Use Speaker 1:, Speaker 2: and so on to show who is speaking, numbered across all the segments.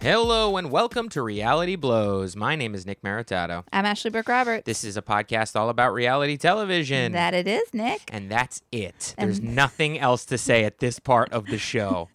Speaker 1: Hello and welcome to Reality Blows. My name is Nick Maritato.
Speaker 2: I'm Ashley Burke Roberts.
Speaker 1: This is a podcast all about reality television.
Speaker 2: that it is, Nick.
Speaker 1: and that's it. There's
Speaker 2: And-
Speaker 1: nothing else to say at this part of the show.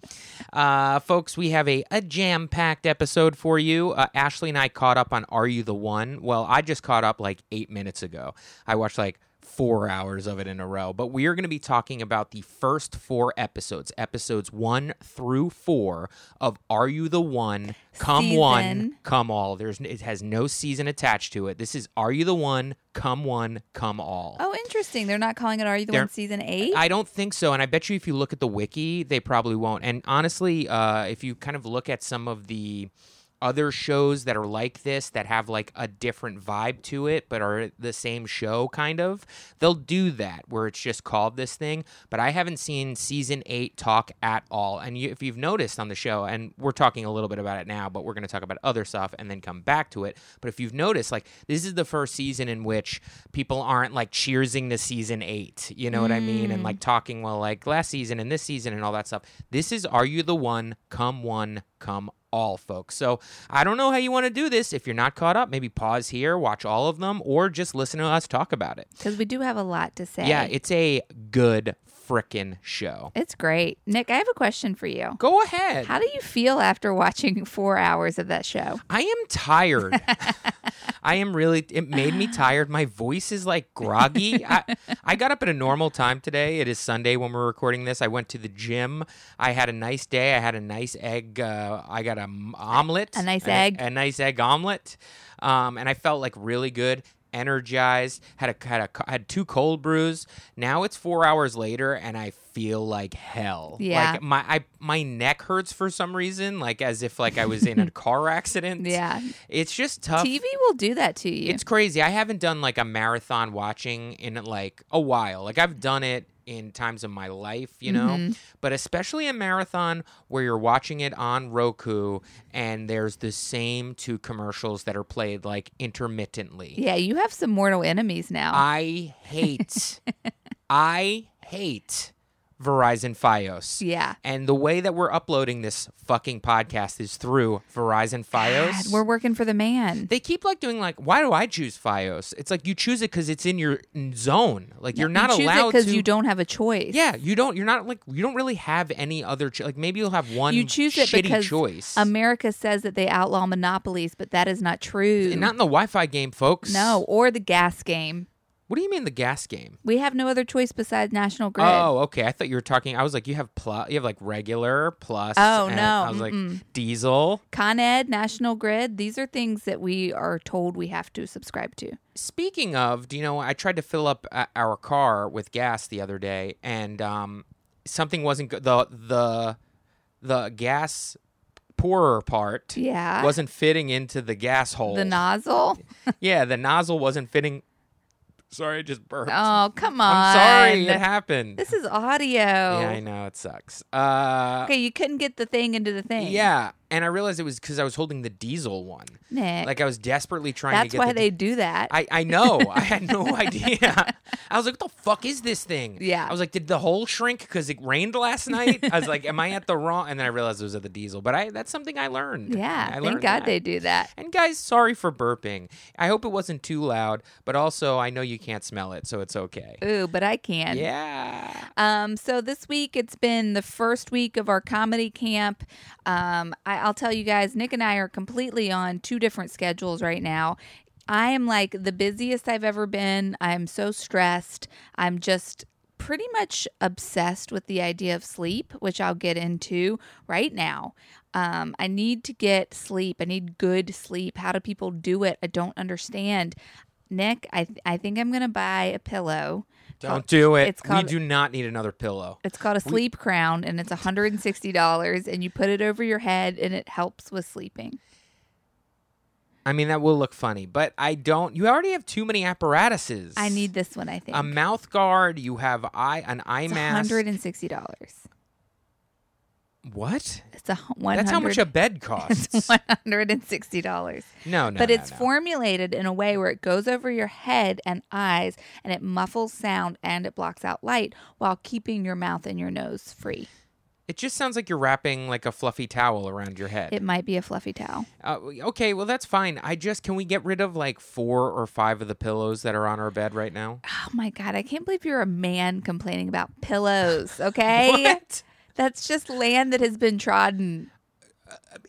Speaker 1: Uh, folks, we have a, a jam packed episode for you. Uh, Ashley and I caught up on Are You the One? Well, I just caught up like eight minutes ago. I watched like four hours of it in a row, but we are going to be talking about the first four episodes, episodes one through four of Are You the One? Come one,
Speaker 2: Season.
Speaker 1: come all. There's it has no season attached to it. This is Are You the One? Come one, come all.
Speaker 2: Oh, interesting. They're not calling it Are You the
Speaker 1: They're-
Speaker 2: One season eight?
Speaker 1: I don't think so, and I bet you if you look at the wiki, they probably won't. And honestly, uh, if you kind of look at some of the other shows that are like this that have like a different vibe to it, but are the same show kind of, they'll do that where it's just called this thing. But I haven't seen season eight talk at all. And you, if you've noticed on the show, and we're talking a little bit about it now, but we're going to talk about other stuff and then come back to it. But if you've noticed, like this is the first season in which people aren't like cheersing the season eight. You know what I mean? And like talking well, like last season and this season and all that stuff. This is are you the one? Come one, come all, folks. So I don't know how you want to do this. If you're not caught up, maybe pause here, watch all of them, or just listen to us talk about it.
Speaker 2: Because we do have a lot to say.
Speaker 1: Yeah, it's a good frickin' show.
Speaker 2: it's great. Nick, I have a question for you.
Speaker 1: Go ahead.
Speaker 2: How do you feel after watching four hours of that show?
Speaker 1: I am tired. I am really. It made me tired. My voice is like groggy. I, I got up at a normal time today. It is Sunday when we're recording this. I went to the gym. I had a nice day. I had a nice egg. Uh, I got an omelet.
Speaker 2: A nice
Speaker 1: an-
Speaker 2: egg.
Speaker 1: A, nice egg omelet. Um, and I felt like really good. Energized, had a had a co- had two cold brews. Now it's four hours later, and I feel like hell.
Speaker 2: Yeah.
Speaker 1: like my I my neck hurts for some reason, like as if like I was in a car accident.
Speaker 2: Yeah.
Speaker 1: It's just tough.
Speaker 2: TV will do that to you.
Speaker 1: It's crazy. I haven't done like a marathon watching in like a while. Like I've done it in times of my life, you know,
Speaker 2: Mm-hmm.
Speaker 1: but especially a marathon where you're watching it on Roku and there's the same two commercials that are played like intermittently.
Speaker 2: yeah, you have some mortal enemies now.
Speaker 1: I hate, I hate Verizon Fios.
Speaker 2: yeah.
Speaker 1: And the way that we're uploading this fucking podcast is through Verizon Fios.
Speaker 2: God, we're working for the man.
Speaker 1: they keep like doing like, why do I choose Fios? It's like you choose it because it's in your zone. Like you're not
Speaker 2: you
Speaker 1: allowed
Speaker 2: because
Speaker 1: to.
Speaker 2: you don't have a choice.
Speaker 1: yeah, you don't. You're not like you don't really have any other. Cho- like maybe you'll have one.
Speaker 2: You choose it
Speaker 1: shitty
Speaker 2: because
Speaker 1: choice.
Speaker 2: America says that they outlaw monopolies, but that is not true.
Speaker 1: And not in the Wi-Fi game, folks.
Speaker 2: no, or the gas game.
Speaker 1: What do you mean the gas game?
Speaker 2: We have no other choice besides National Grid.
Speaker 1: Oh, okay. I thought you were talking. I was like, you have plus. You have like regular plus.
Speaker 2: Oh,
Speaker 1: and
Speaker 2: no,
Speaker 1: I was like
Speaker 2: mm-mm.
Speaker 1: diesel.
Speaker 2: Con Ed, National Grid, these are things that we are told we have to subscribe to.
Speaker 1: Speaking of, do you know I tried to fill up uh, our car with gas the other day, and um, something wasn't good. The the the gas pourer part
Speaker 2: Yeah.
Speaker 1: wasn't fitting into the gas hole.
Speaker 2: the nozzle?
Speaker 1: yeah, the nozzle wasn't fitting. Sorry, I just burped.
Speaker 2: Oh, come on.
Speaker 1: I'm sorry, it happened.
Speaker 2: This is audio.
Speaker 1: yeah, I know it sucks. Uh,
Speaker 2: Okay, you couldn't get the thing into the thing.
Speaker 1: yeah, and I realized it was because I was holding the diesel one.
Speaker 2: Nick,
Speaker 1: Like I was desperately trying
Speaker 2: that's
Speaker 1: to get
Speaker 2: why
Speaker 1: the
Speaker 2: they do that.
Speaker 1: I, I know. I had no idea. I was like, what the fuck is this thing?
Speaker 2: Yeah.
Speaker 1: I was like, did the hole shrink because it rained last night? I was like, am I at the wrong? And then I realized it was at the diesel. But I that's something I learned.
Speaker 2: yeah.
Speaker 1: I
Speaker 2: thank
Speaker 1: learned
Speaker 2: God
Speaker 1: that.
Speaker 2: they do that.
Speaker 1: And guys, sorry for burping. I hope it wasn't too loud, but also I know you can't smell it, so it's okay.
Speaker 2: Ooh, but I can.
Speaker 1: Yeah.
Speaker 2: Um, so this week it's been the first week of our comedy camp. Um, I, I'll tell you guys, Nick and I are completely on two different schedules right now. I am like the busiest I've ever been. I'm so stressed. I'm just pretty much obsessed with the idea of sleep, which I'll get into right now. Um, I need to get sleep. I need good sleep. How do people do it? I don't understand. Nick, I, I think I'm going to buy a pillow.
Speaker 1: Don't do it.
Speaker 2: it's called-
Speaker 1: we do not need another pillow.
Speaker 2: It's called a sleep crown and it's $160 and you put it over your head and it helps with sleeping.
Speaker 1: I mean, that will look funny, but I don't. You already have too many apparatuses.
Speaker 2: I need this one, I think.
Speaker 1: a mouth guard. You have eye an eye
Speaker 2: it's
Speaker 1: mask.
Speaker 2: $160.
Speaker 1: What?
Speaker 2: It's a hu- 100
Speaker 1: That's how much a bed costs.
Speaker 2: $160.
Speaker 1: no, no.
Speaker 2: but
Speaker 1: no,
Speaker 2: it's
Speaker 1: no.
Speaker 2: formulated in a way where it goes over your head and eyes and it muffles sound and it blocks out light while keeping your mouth and your nose free.
Speaker 1: It just sounds like you're wrapping like a fluffy towel around your head.
Speaker 2: It might be a fluffy towel.
Speaker 1: Uh, okay, well that's fine. I just can we get rid of like four or five of the pillows that are on our bed right now?
Speaker 2: Oh my God, I can't believe you're a man complaining about pillows, okay?
Speaker 1: What?
Speaker 2: That's just land that has been trodden.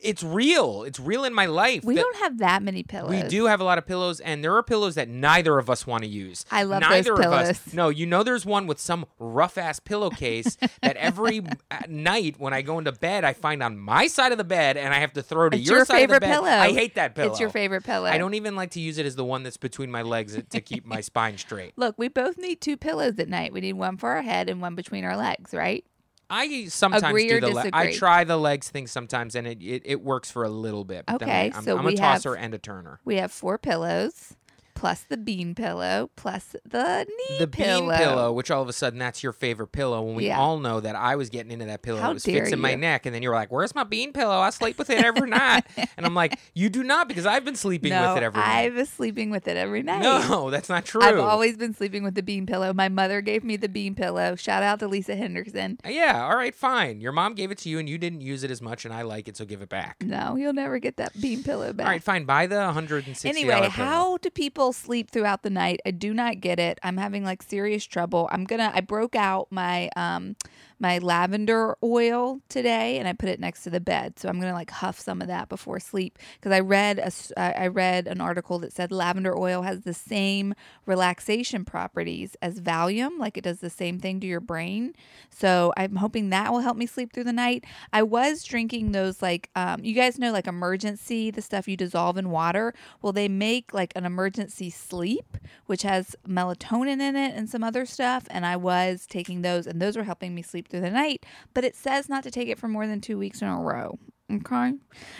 Speaker 1: It's real. It's real in my life.
Speaker 2: We
Speaker 1: that-
Speaker 2: don't have that many pillows.
Speaker 1: we do have a lot of pillows, and there are pillows that neither of us want to use.
Speaker 2: I love those
Speaker 1: neither of us.
Speaker 2: pillows.
Speaker 1: No, you know, there's one with some rough ass pillowcase that every uh, night when I go into bed, I find on my side of the bed, and I have to throw to
Speaker 2: It's
Speaker 1: your,
Speaker 2: your
Speaker 1: side
Speaker 2: favorite
Speaker 1: of the bed.
Speaker 2: pillow.
Speaker 1: I hate that pillow.
Speaker 2: It's your favorite pillow.
Speaker 1: I don't even like to use it as the one that's between my legs to keep my spine straight.
Speaker 2: Look, we both need two pillows at night. We need one for our head and one between our legs, right?
Speaker 1: I sometimes
Speaker 2: Agree
Speaker 1: do
Speaker 2: or
Speaker 1: the le- I
Speaker 2: disagree?
Speaker 1: try the legs thing sometimes, and it, it, it works for a little bit. but then
Speaker 2: Okay,
Speaker 1: I, am
Speaker 2: so
Speaker 1: I'm
Speaker 2: we
Speaker 1: a
Speaker 2: have-
Speaker 1: tosser and a turner.
Speaker 2: We have four pillows, plus the bean pillow, plus the knee
Speaker 1: the
Speaker 2: pillow.
Speaker 1: bean pillow, which all of a sudden that's your favorite pillow. When we
Speaker 2: Yeah.
Speaker 1: all know that I was getting into that pillow,
Speaker 2: How
Speaker 1: it was
Speaker 2: dare
Speaker 1: fixing my
Speaker 2: you.
Speaker 1: neck, and then you were like, "Where's my bean pillow? I sleep with it every night." And I'm like, "You do not, because I've been sleeping
Speaker 2: no,
Speaker 1: with it every
Speaker 2: I
Speaker 1: night."
Speaker 2: was sleeping with it every night.
Speaker 1: No, that's not true.
Speaker 2: I've always been sleeping with the bean pillow. My mother gave me the bean pillow. Shout out to Lisa Henderson.
Speaker 1: yeah, all right, fine. Your mom gave it to you, and you didn't use it as much, and I like it, so give it back.
Speaker 2: No, you'll never get that bean pillow back.
Speaker 1: All right, fine. Buy the 160.
Speaker 2: Anyway,
Speaker 1: pillow.
Speaker 2: how do people sleep throughout the night? I do not get it. I'm having like serious trouble. I'm gonna. I broke out my um my lavender oil today, and I put it next to the bed. So I'm gonna like huff some of that before sleep because I read a s- I I read an article that said lavender oil has the same relaxation properties as Valium, like it does the same thing to your brain. So I'm hoping that will help me sleep through the night. I was drinking those like um, you guys know like emergency the stuff you dissolve in water. Well, they make like an emergency sleep which has melatonin in it and some other stuff, and I was taking those and those were helping me sleep through the night. But it says not to take it for more than two weeks in a row. Okay,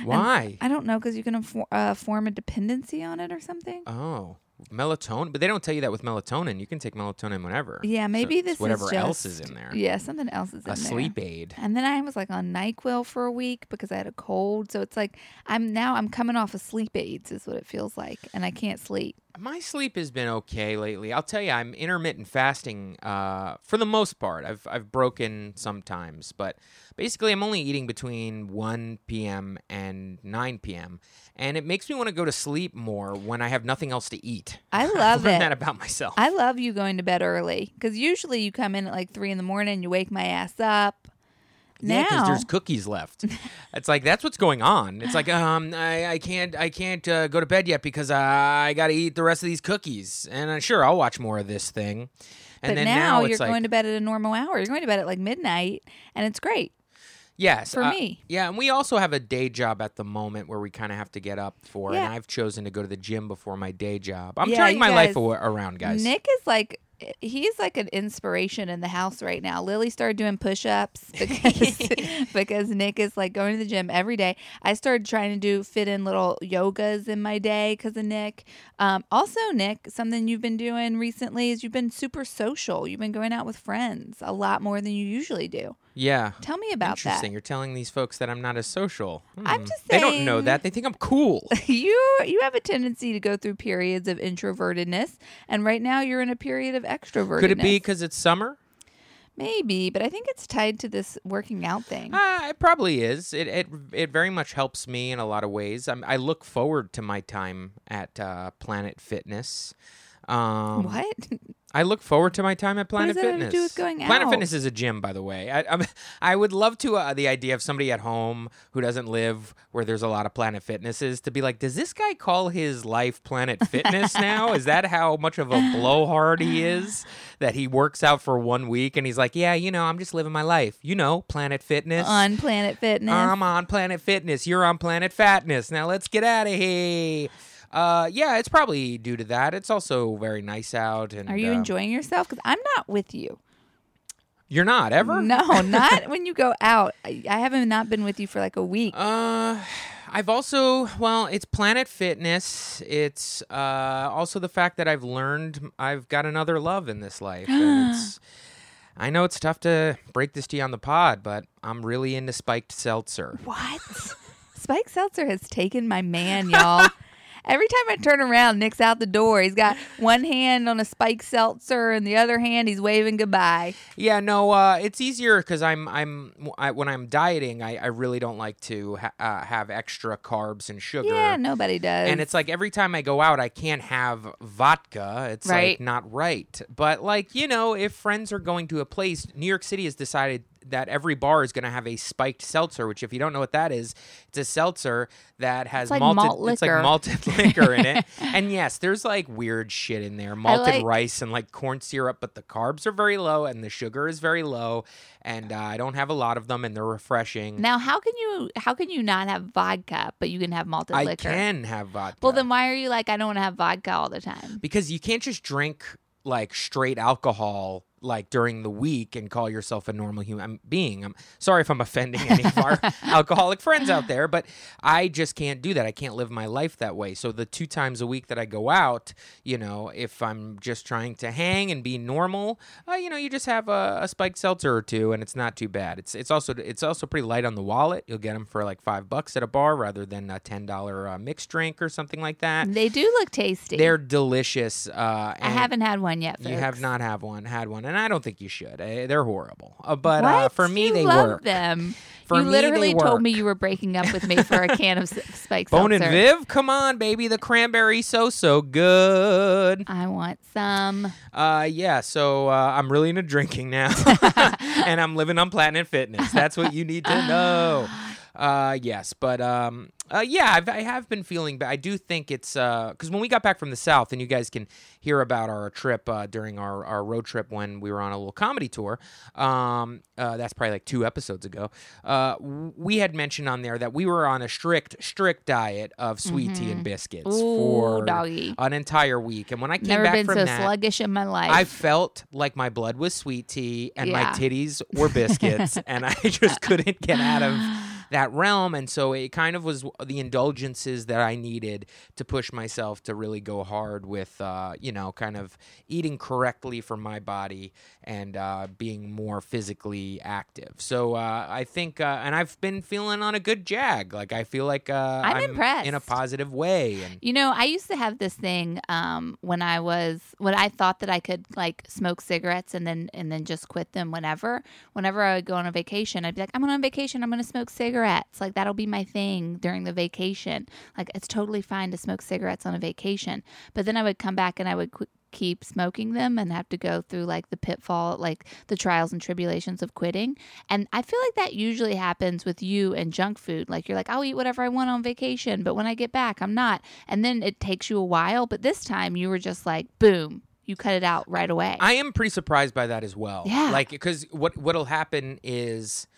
Speaker 1: Why?
Speaker 2: I don't know because you can infor- uh, form a dependency on it or something.
Speaker 1: oh, melatonin. But they don't tell you that with melatonin. You can take melatonin whenever.
Speaker 2: Yeah,
Speaker 1: So
Speaker 2: maybe
Speaker 1: it's
Speaker 2: this is
Speaker 1: whatever else is
Speaker 2: just-
Speaker 1: in there.
Speaker 2: Yeah, something else is in
Speaker 1: A
Speaker 2: there.
Speaker 1: sleep aid.
Speaker 2: And then I was like on NyQuil for a week because I had a cold. So it's like I'm now I'm coming off of sleep aids is what it feels like, and I can't sleep.
Speaker 1: My sleep has been okay lately. I'll tell you, I'm intermittent fasting uh, for the most part. I've I've broken sometimes, but basically, I'm only eating between 1 p.m. and 9 p.m. and it makes me want to go to sleep more when I have nothing else to eat.
Speaker 2: I
Speaker 1: I've
Speaker 2: love
Speaker 1: learned
Speaker 2: it.
Speaker 1: that about myself.
Speaker 2: I love you going to bed early because usually you come in at like three in the morning, you wake my ass up.
Speaker 1: Yeah,
Speaker 2: now
Speaker 1: there's cookies left. it's like that's what's going on. It's like um, I, I can't I can't uh, go to bed yet because uh, I got to eat the rest of these cookies. And uh, sure, I'll watch more of this thing. And
Speaker 2: but
Speaker 1: then
Speaker 2: now,
Speaker 1: it's
Speaker 2: you're
Speaker 1: like,
Speaker 2: going to bed at a normal hour. You're going to bed at like midnight, and it's great.
Speaker 1: Yes, uh,
Speaker 2: for me.
Speaker 1: Yeah, and we also have a day job at the moment where we kind of have to get up for,
Speaker 2: Yeah.
Speaker 1: and I've chosen to go to the gym before my day job. I'm
Speaker 2: Yeah,
Speaker 1: turning
Speaker 2: you
Speaker 1: my life
Speaker 2: guys-
Speaker 1: awa- around, guys.
Speaker 2: Nick is like he's like an inspiration in the house right now. Lily started doing push-ups because because Nick is like going to the gym every day. I started trying to do fit in little yogas in my day because of Nick. Um, also, Nick, something you've been doing recently is you've been super social. You've been going out with friends a lot more than you usually do.
Speaker 1: yeah.
Speaker 2: Tell me about
Speaker 1: Interesting.
Speaker 2: that.
Speaker 1: You're telling these folks that I'm not as social.
Speaker 2: I'm
Speaker 1: Hmm.
Speaker 2: just
Speaker 1: They don't know
Speaker 2: saying-
Speaker 1: that. They think I'm cool.
Speaker 2: You you have a tendency to go through periods of introvertedness, and right now you're in a period of extrovertedness.
Speaker 1: Could it be because it's summer?
Speaker 2: Maybe, but I think it's tied to this working out thing.
Speaker 1: Uh, it probably is. It, it it very much helps me in a lot of ways. I'm, I look forward to my time at uh, Planet Fitness. Um,
Speaker 2: what?
Speaker 1: I look forward to my time at Planet
Speaker 2: does that have to
Speaker 1: Fitness.
Speaker 2: do with going
Speaker 1: Planet
Speaker 2: out?
Speaker 1: Fitness is a gym, by the way. I, I'm, I would love to uh, the idea of somebody at home who doesn't live where there's a lot of Planet Fitnesses to be like, does this guy call his life Planet Fitness now? Is that how much of a blowhard he is that he works out for one week and he's like, yeah, you know, I'm just living my life. You know, Planet Fitness.
Speaker 2: On Planet Fitness.
Speaker 1: I'm on Planet Fitness. You're on Planet Fatness. Now let's get out of here. Uh, yeah, it's probably due to that. It's also very nice out, and
Speaker 2: Are you
Speaker 1: uh,
Speaker 2: enjoying yourself? Because I'm not with you.
Speaker 1: You're not ever.
Speaker 2: No, not when you go out. I I haven't not been with you for like a week.
Speaker 1: Uh, I've also well, it's Planet Fitness. It's uh also the fact that I've learned I've got another love in this life. And it's, I know it's tough to break this to you on the pod, but I'm really into spiked seltzer.
Speaker 2: what? Spike Seltzer has taken my man, y'all. Every time I turn around, Nick's out the door. He's got one hand on a spike seltzer and the other hand he's waving goodbye.
Speaker 1: Yeah, no, uh, it's easier because I'm I'm I, when I'm dieting, I, I really don't like to ha- uh, have extra carbs and sugar.
Speaker 2: Yeah, nobody does.
Speaker 1: And it's like every time I go out, I can't have vodka. It's
Speaker 2: Right.
Speaker 1: like not right. But like you know, if friends are going to a place, New York City has decided that every bar is going to have a spiked seltzer. Which, if you don't know what that is, it's a seltzer that has
Speaker 2: like
Speaker 1: malted,
Speaker 2: malt
Speaker 1: it's like
Speaker 2: liquor.
Speaker 1: malted liquor in it. And yes, there's like weird shit in there, malted
Speaker 2: like-
Speaker 1: rice and like corn syrup. But the carbs are very low and the sugar is very low. And uh, I don't have a lot of them, and they're refreshing.
Speaker 2: now, how can you how can you not have vodka but you can have malted
Speaker 1: I
Speaker 2: liquor?
Speaker 1: can have vodka.
Speaker 2: Well, then why are you like I don't want to have vodka all the time?
Speaker 1: because you can't just drink like straight alcohol like during the week and call yourself a normal human being. I'm sorry if I'm offending any of our alcoholic friends out there, but I just can't do that. I can't live my life that way. So the two times a week that I go out, you know, if I'm just trying to hang and be normal, uh, you know, you just have a, a spiked seltzer or two, and it's not too bad. It's it's also it's also pretty light on the wallet. You'll get them for like five bucks at a bar rather than a ten dollar uh, mixed drink or something like that.
Speaker 2: They do look tasty.
Speaker 1: They're delicious. Uh,
Speaker 2: I
Speaker 1: and
Speaker 2: haven't had one yet. Folks.
Speaker 1: You have not have one, had one, and I don't think you should. Eh, They're horrible. Uh, but
Speaker 2: What?
Speaker 1: uh, for me,
Speaker 2: you
Speaker 1: they
Speaker 2: love
Speaker 1: work.
Speaker 2: them.
Speaker 1: For me,
Speaker 2: you
Speaker 1: they
Speaker 2: literally told me
Speaker 1: work.
Speaker 2: you were breaking up with me for a can of s- spiked
Speaker 1: Bone and
Speaker 2: seltzer.
Speaker 1: Viv, come on, baby. The cranberry so so good.
Speaker 2: I want some.
Speaker 1: Uh, yeah. So uh, I'm really into drinking now, and I'm living on Planet Fitness. That's what you need to know. Uh, yes, but um, uh, yeah, I've, I have been feeling, but I do think it's because when we got back from the South, and you guys can hear about our trip uh, during our, our road trip when we were on a little comedy tour. Um, uh, that's probably like two episodes ago. Uh, w- we had mentioned on there that we were on a strict, strict diet of sweet tea and biscuits
Speaker 2: Mm-hmm. Ooh,
Speaker 1: for
Speaker 2: doggy.
Speaker 1: an entire week, and when I came
Speaker 2: Never
Speaker 1: back
Speaker 2: been
Speaker 1: from
Speaker 2: so
Speaker 1: that,
Speaker 2: sluggish in my life.
Speaker 1: I felt like my blood was sweet tea and my
Speaker 2: Yeah.
Speaker 1: titties were biscuits, and I just couldn't get out of that realm. And so it kind of was the indulgences that I needed to push myself to really go hard with, uh, you know, kind of eating correctly for my body and uh, being more physically active. So uh, I think, uh, and I've been feeling on a good jag. Like I feel like uh,
Speaker 2: I'm
Speaker 1: in a
Speaker 2: impressed.
Speaker 1: positive way. And
Speaker 2: You know, I used to have this thing um, when I was when I thought that I could like smoke cigarettes and then and then just quit them whenever. Whenever I would go on a vacation, I'd be like, "I'm on vacation. I'm going to smoke cigarettes. Like that'll be my thing during the vacation. Like it's totally fine to smoke cigarettes on a vacation." But then I would come back and I would qu- keep smoking them and have to go through like the pitfall, like the trials and tribulations of quitting. And I feel like that usually happens with you and junk food. Like you're like, I'll eat whatever I want on vacation, but when I get back, I'm not. And then it takes you a while, but this time you were just like, boom, you cut it out right away.
Speaker 1: I am pretty surprised by that as well.
Speaker 2: Yeah.
Speaker 1: Like, because what what'll happen is,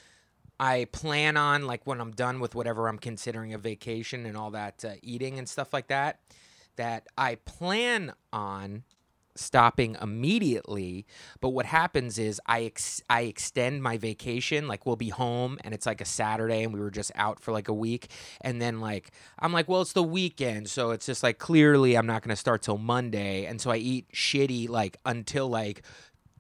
Speaker 1: I plan on like when I'm done with whatever I'm considering a vacation and all that uh, eating and stuff like that, that I plan on stopping immediately. But what happens is I ex- I extend my vacation. Like we'll be home and it's like a Saturday and we were just out for like a week. And then like I'm like, well, it's the weekend, so it's just like clearly I'm not gonna start till Monday. And so I eat shitty like until like.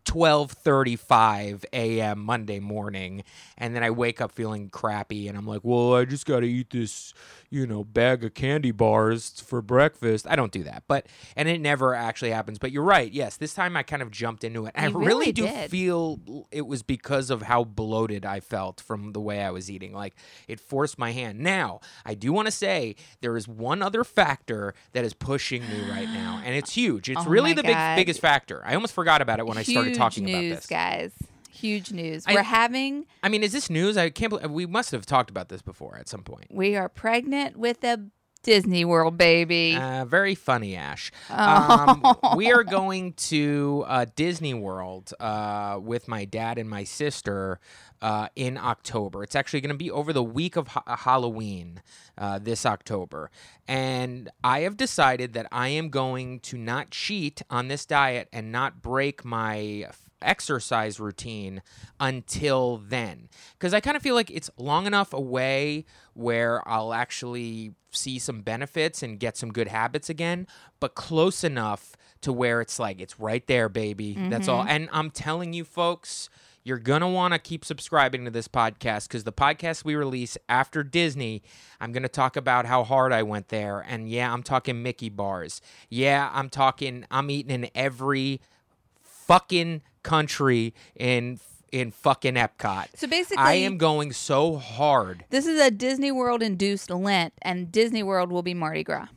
Speaker 1: 12:35 a.m. Monday morning and then I wake up feeling crappy and I'm like, "Well, I just got to eat this, you know, bag of candy bars for breakfast." I don't do that. But and it never actually happens. But you're right. Yes, this time I kind of jumped into it. I
Speaker 2: You
Speaker 1: really,
Speaker 2: really
Speaker 1: do
Speaker 2: did.
Speaker 1: feel it was because of how bloated I felt from the way I was eating. Like it forced my hand. Now, I do want to say there is one other factor that is pushing me right now and it's huge. It's
Speaker 2: Oh
Speaker 1: really
Speaker 2: my
Speaker 1: the big,
Speaker 2: God.
Speaker 1: biggest factor. I almost forgot about it when I started
Speaker 2: Huge
Speaker 1: talking
Speaker 2: news,
Speaker 1: about this.
Speaker 2: guys. Huge news.
Speaker 1: I-
Speaker 2: We're having
Speaker 1: I mean, is this news? I can't believe we must have talked about this before at some point.
Speaker 2: we are pregnant with a Disney World baby.
Speaker 1: Uh, very funny, Ash.
Speaker 2: Oh.
Speaker 1: Um, we are going to uh, Disney World uh, with my dad and my sister uh, in October. It's actually going to be over the week of ha- Halloween uh, this October. And I have decided that I am going to not cheat on this diet and not break my f- exercise routine until then. Because I kind of feel like it's long enough away where I'll actually see some benefits and get some good habits again, but close
Speaker 2: Mm-hmm.
Speaker 1: enough to where it's like, it's right there, baby. That's all. And I'm telling you, folks, You're going to want to keep subscribing to this podcast because the podcast we release after Disney, I'm going to talk about how hard I went there. And yeah, I'm talking Mickey bars. Yeah, I'm talking, I'm eating in every fucking country in in fucking Epcot.
Speaker 2: So basically,
Speaker 1: I am going so hard.
Speaker 2: this is a Disney World induced Lent, and Disney World will be Mardi Gras.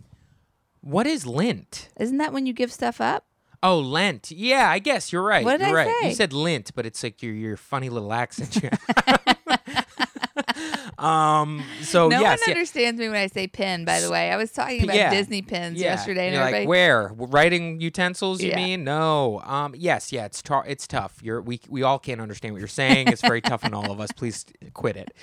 Speaker 1: What is lint?
Speaker 2: Isn't that when you give stuff up?
Speaker 1: Oh, lent. Yeah, I guess you're right.
Speaker 2: What did
Speaker 1: you're
Speaker 2: I
Speaker 1: right. You
Speaker 2: say?
Speaker 1: said lint, but it's like your your funny little accent. you- um. So
Speaker 2: no
Speaker 1: yes,
Speaker 2: one
Speaker 1: yeah.
Speaker 2: understands me when I say pin. By the way, I was talking about
Speaker 1: Yeah.
Speaker 2: Disney pins
Speaker 1: Yeah.
Speaker 2: yesterday, and
Speaker 1: You're
Speaker 2: everybody.
Speaker 1: like where W- writing utensils? You
Speaker 2: Yeah.
Speaker 1: mean no? Um, yes, yeah. It's tar- it's tough. You're we we all can't understand what you're saying. It's very tough on all of us. Please quit it.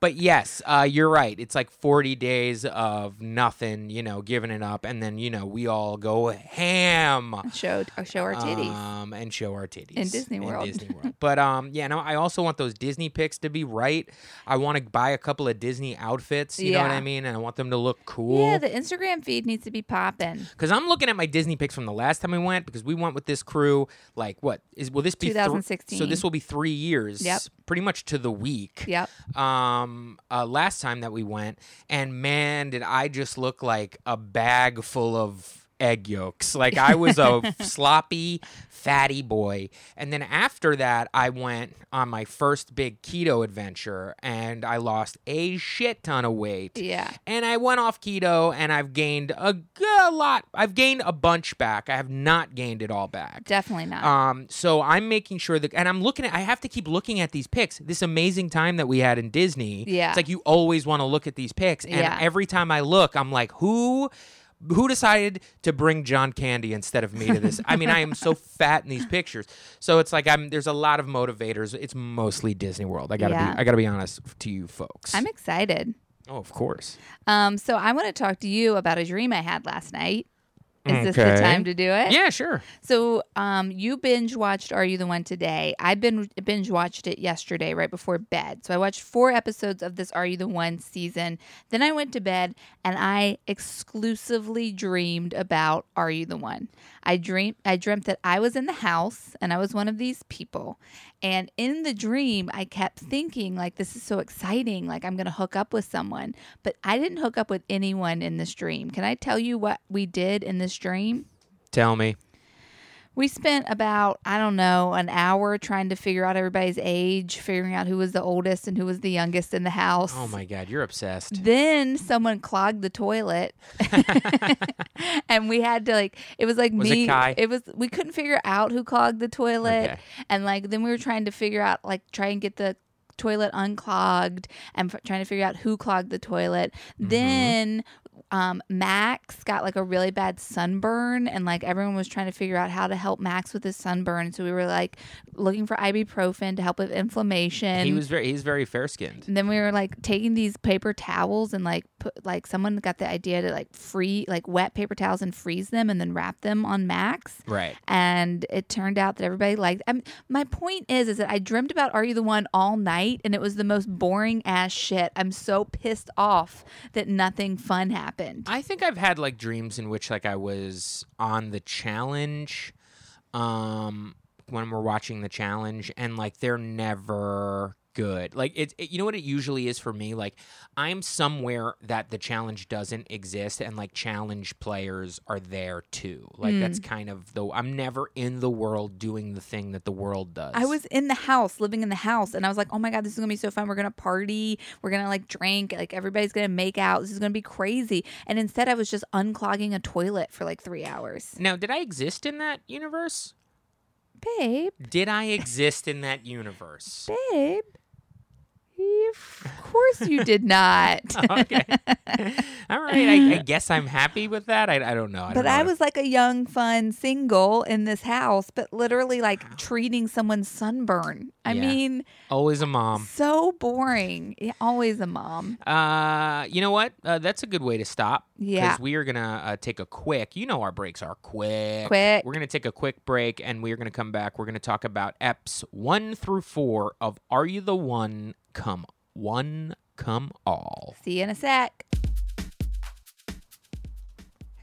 Speaker 1: But yes, uh, you're right. It's like 40 days of nothing. You know, giving it up, and then you know we all go ham.
Speaker 2: show uh, show our titties.
Speaker 1: Um, and show our titties
Speaker 2: In Disney World.
Speaker 1: Disney World. But um, yeah, no, I also want those Disney pics to be right. I want to buy a couple of Disney outfits. You know what
Speaker 2: Yeah.
Speaker 1: I mean? And I want them to look
Speaker 2: yeah,
Speaker 1: cool.
Speaker 2: the Instagram feed needs to be popping.
Speaker 1: Because I'm looking at my Disney pics from the last time we went because we went with this crew. Like, what is will this be? thr-
Speaker 2: 2016.
Speaker 1: so this will be three years.
Speaker 2: Yep.
Speaker 1: Pretty much to the week.
Speaker 2: Yep.
Speaker 1: Um, uh, last time that we went, and man, did I just look like a bag full of egg yolks. Like I was a sloppy, fatty boy. And then after that, I went on my first big keto adventure, and I lost a shit ton of weight
Speaker 2: Yeah.
Speaker 1: and I went off keto and I've gained a, g- a lot. I've gained a bunch back. I have not gained it all back.
Speaker 2: Definitely not.
Speaker 1: Um, so I'm making sure that, and I'm looking at, I have to keep looking at these pics. This amazing time that we had in Disney.
Speaker 2: Yeah.
Speaker 1: It's like you always want to look at these pics. And
Speaker 2: Yeah.
Speaker 1: every time I look, I'm like, who? Who decided to bring John Candy instead of me to this? I mean, I am so fat in these pictures, so it's like I'm. There's a lot of motivators. It's mostly Disney World. I gotta
Speaker 2: Yeah.
Speaker 1: be. I gotta be honest to you folks.
Speaker 2: I'm excited.
Speaker 1: oh, of course.
Speaker 2: Um, so I want to talk to you about a dream I had last night. Is this the
Speaker 1: Okay.
Speaker 2: time to do it?
Speaker 1: Yeah, sure.
Speaker 2: So, um, you binge watched Are You the One today? I bin- binge watched it yesterday, right before bed. So, I watched four episodes of this Are You the One season. Then I went to bed and I exclusively dreamed about Are You the One. I dream I dreamt that I was in the house and I was one of these people. And in the dream, I kept thinking like this is so exciting, like I'm going to hook up with someone. But I didn't hook up with anyone in this dream. Can I tell you what we did in this dream?
Speaker 1: Tell me.
Speaker 2: We spent about, I don't know, an hour trying to figure out everybody's age, figuring out who was the oldest and who was the youngest in the house.
Speaker 1: Oh my God, you're obsessed.
Speaker 2: Then someone clogged the toilet, and we had to like it was like
Speaker 1: Was it
Speaker 2: me.
Speaker 1: Kai?
Speaker 2: was we couldn't figure out who clogged the toilet,
Speaker 1: Okay.
Speaker 2: and like then we were trying to figure out like try and get the toilet unclogged and f- trying to figure out who clogged the toilet.
Speaker 1: Mm-hmm.
Speaker 2: Then um, Max got like a really bad sunburn, and like everyone was trying to figure out how to help Max with his sunburn. So we were like looking for ibuprofen to help with inflammation.
Speaker 1: he was very he's very fair skinned.
Speaker 2: And then we were like taking these paper towels and like put like someone got the idea to like free like wet paper towels and freeze them and then wrap them on Max.
Speaker 1: Right.
Speaker 2: And it turned out that everybody liked. I mean, my point is, is that I dreamt about "Are You the One" all night, and it was the most boring ass shit. I'm so pissed off that nothing fun happened.
Speaker 1: I think I've had like dreams in which like I was on the challenge, um, when we're watching the challenge, and like they're never good. Like it's it, you know what it usually is for me. Like I'm somewhere that the challenge doesn't exist, and like challenge players are there too. Like
Speaker 2: Hmm.
Speaker 1: that's kind of the I'm never in the world doing the thing that the world does.
Speaker 2: I was in the house, living in the house, and I was like, "Oh my god, this is gonna be so fun. We're gonna party. We're gonna like drink. Like everybody's gonna make out. This is gonna be crazy." And instead, I was just unclogging a toilet for like three hours.
Speaker 1: now. Did I exist in that universe?
Speaker 2: Babe,
Speaker 1: Did I exist in that universe?
Speaker 2: babe, You- of course you did not.
Speaker 1: okay. All right. I, I guess I'm happy with that. I, I don't know. I don't
Speaker 2: But I
Speaker 1: wanna-
Speaker 2: was like a young, fun single in this house, but literally like treating someone's sunburn. I
Speaker 1: Yeah. Um,
Speaker 2: mean,
Speaker 1: always a mom.
Speaker 2: so boring. Yeah, Always a mom.
Speaker 1: Uh, you know what? Uh, that's a good way to stop.
Speaker 2: Yeah.
Speaker 1: Because we are gonna uh, take a quick. You know our breaks are quick.
Speaker 2: Quick.
Speaker 1: We're gonna take a quick break, and we are gonna come back. We're gonna talk about eps one through four of "Are You the One?" Come one, come all.
Speaker 2: See you in a sec.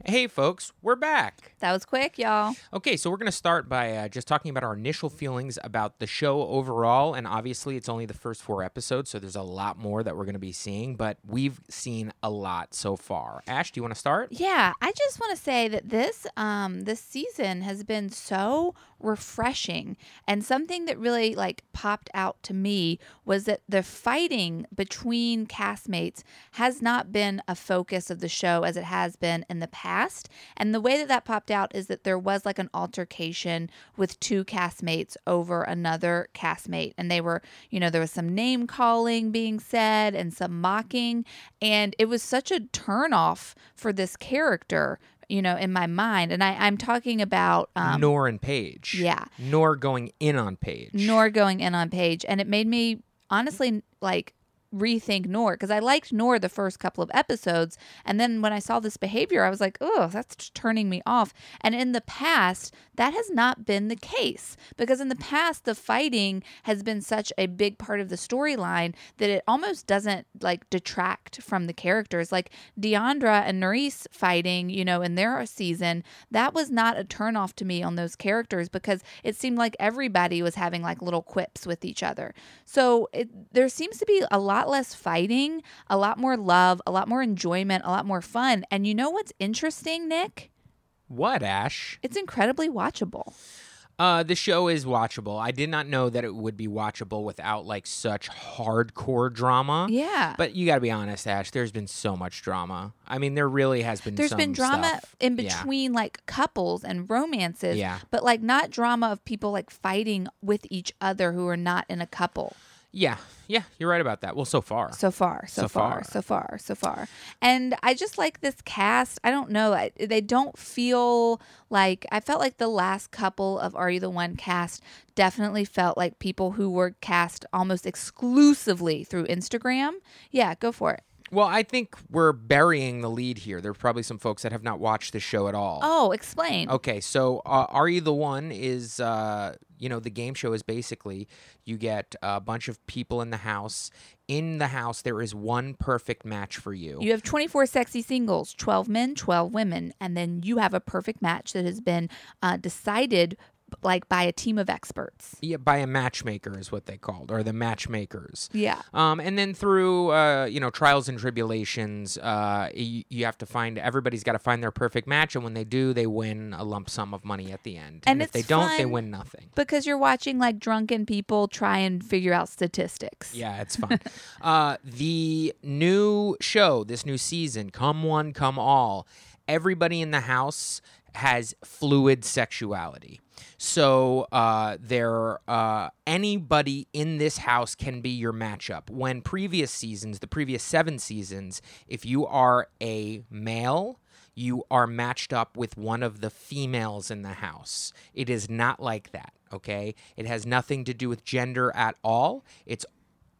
Speaker 1: Hey, folks, we're back.
Speaker 2: That was quick, y'all.
Speaker 1: Okay, so we're going to start by uh, just talking about our initial feelings about the show overall. And obviously, it's only the first four episodes, so there's a lot more that we're going to be seeing, but we've seen a lot so far. Ash, do you want to start?
Speaker 2: Yeah, I just want to say that this um this season has been so refreshing and something that really like popped out to me was that the fighting between castmates has not been a focus of the show as it has been in the past. And the way that that popped out is that there was like an altercation with two castmates over another castmate and they were, you know, there was some name calling being said and some mocking and it was such a turnoff for this character you know in my mind and I, i'm talking about um,
Speaker 1: Nor and Paige.
Speaker 2: yeah.
Speaker 1: Nor going in on Paige.
Speaker 2: nor going in on page and it made me honestly like rethink nor because i liked nor the first couple of episodes and then when i saw this behavior i was like oh that's t- turning me off and in the past that has not been the case because in the past the fighting has been such a big part of the storyline that it almost doesn't like detract from the characters like deandra and nerys fighting you know in their season that was not a turnoff to me on those characters because it seemed like everybody was having like little quips with each other. So it, there seems to be a lot less fighting, a lot more love, a lot more enjoyment, a lot more fun. And you know what's interesting, Nick?
Speaker 1: What, Ash?
Speaker 2: It's incredibly watchable.
Speaker 1: Uh, the show is watchable. I did not know that it would be watchable without like such hardcore drama.
Speaker 2: Yeah.
Speaker 1: But you got to be honest, Ash. There's been so much drama. I mean, there really has been.
Speaker 2: There's
Speaker 1: some
Speaker 2: been drama
Speaker 1: stuff.
Speaker 2: in
Speaker 1: Yeah.
Speaker 2: between like couples and romances,
Speaker 1: Yeah.
Speaker 2: but like not drama of people like fighting with each other who are not in a couple.
Speaker 1: Yeah, yeah, you're right about that. Well, so far.
Speaker 2: So far, so,
Speaker 1: So
Speaker 2: far,
Speaker 1: far.
Speaker 2: so far, so far. And I just like this cast. I don't know. I, they don't feel like I felt like the last couple of Are You the One cast definitely felt like people who were cast almost exclusively through Instagram. Yeah, go for it.
Speaker 1: well, I think we're burying the lead here. There are probably some folks that have not watched the show at all.
Speaker 2: Oh, explain.
Speaker 1: Okay, so uh, Are You the One is, uh, you know, the game show is basically you get a bunch of people in the house. In the house, there is one perfect match for you.
Speaker 2: You have 24 sexy singles, 12 men, 12 women, and then you have a perfect match that has been uh, decided like by a team of experts.
Speaker 1: yeah, by a matchmaker is what they called, or the matchmakers.
Speaker 2: Yeah.
Speaker 1: Um, and then through uh, you know trials and tribulations, uh, you, you have to find everybody's got to find their perfect match, and when they do, they win a lump sum of money at the end.
Speaker 2: And
Speaker 1: if they
Speaker 2: it's
Speaker 1: don't, they
Speaker 2: fun.
Speaker 1: win nothing.
Speaker 2: because you're watching like drunken people try and figure out statistics.
Speaker 1: Yeah, it's fun. uh, the new show, this new season, come one, come all. Everybody in the house has fluid sexuality. So uh, there, uh, anybody in this house can be your matchup. When previous seasons, the previous seven seasons, if you are a male, you are matched up with one of the females in the house. It is not like that. Okay, it has nothing to do with gender at all. It's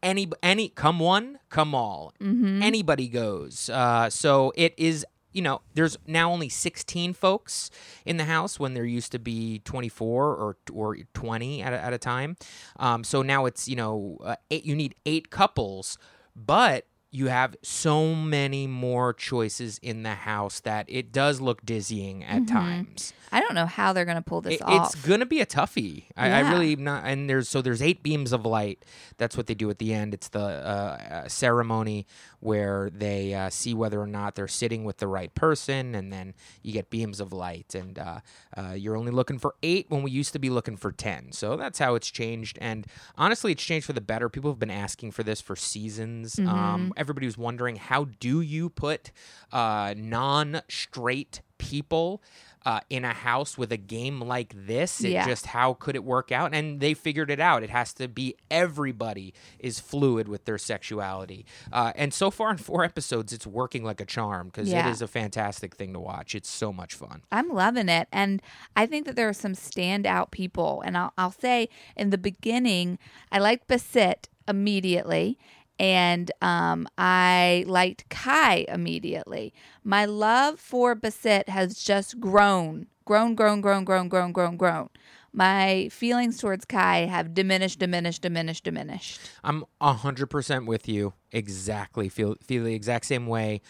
Speaker 1: any any come one come all
Speaker 2: Mm-hmm.
Speaker 1: anybody goes uh, so it is you know there's now only 16 folks in the house when there used to be 24 or or 20 at a, at a time um, so now it's you know uh, eight, you need eight couples but you have so many more choices in the house that it does look dizzying at times
Speaker 2: I don't know how they're going to pull this
Speaker 1: it-
Speaker 2: off.
Speaker 1: It's gonna be a toughie. I,
Speaker 2: Yeah.
Speaker 1: I really am not. And there's so there's eight beams of light. That's what they do at the end. It's the uh, uh, ceremony where they uh, see whether or not they're sitting with the right person, and then you get beams of light. And uh, uh, you're only looking for eight when we used to be looking for ten. So that's how it's changed. And honestly, it's changed for the better. People have been asking for this for seasons.
Speaker 2: Mm-hmm.
Speaker 1: Um, everybody was wondering how do you put uh, non-straight people uh, in a house with a game like this. It
Speaker 2: Yeah.
Speaker 1: just how could it work out? And they figured it out. It has to be everybody is fluid with their sexuality. Uh, and so far in four episodes, it's working like a charm because
Speaker 2: Yeah.
Speaker 1: it is a fantastic thing to watch. It's so much fun.
Speaker 2: I'm loving it. And I think that there are some standout people. And I'll, I'll say in the beginning, I liked Bassett immediately. And um, I liked Kai immediately. My love for Bassett has just grown, grown, grown, grown, grown, grown, grown, grown. My feelings towards Kai have diminished, diminished, diminished, diminished.
Speaker 1: I'm hundred percent with you. Exactly. Feel feel the exact same way.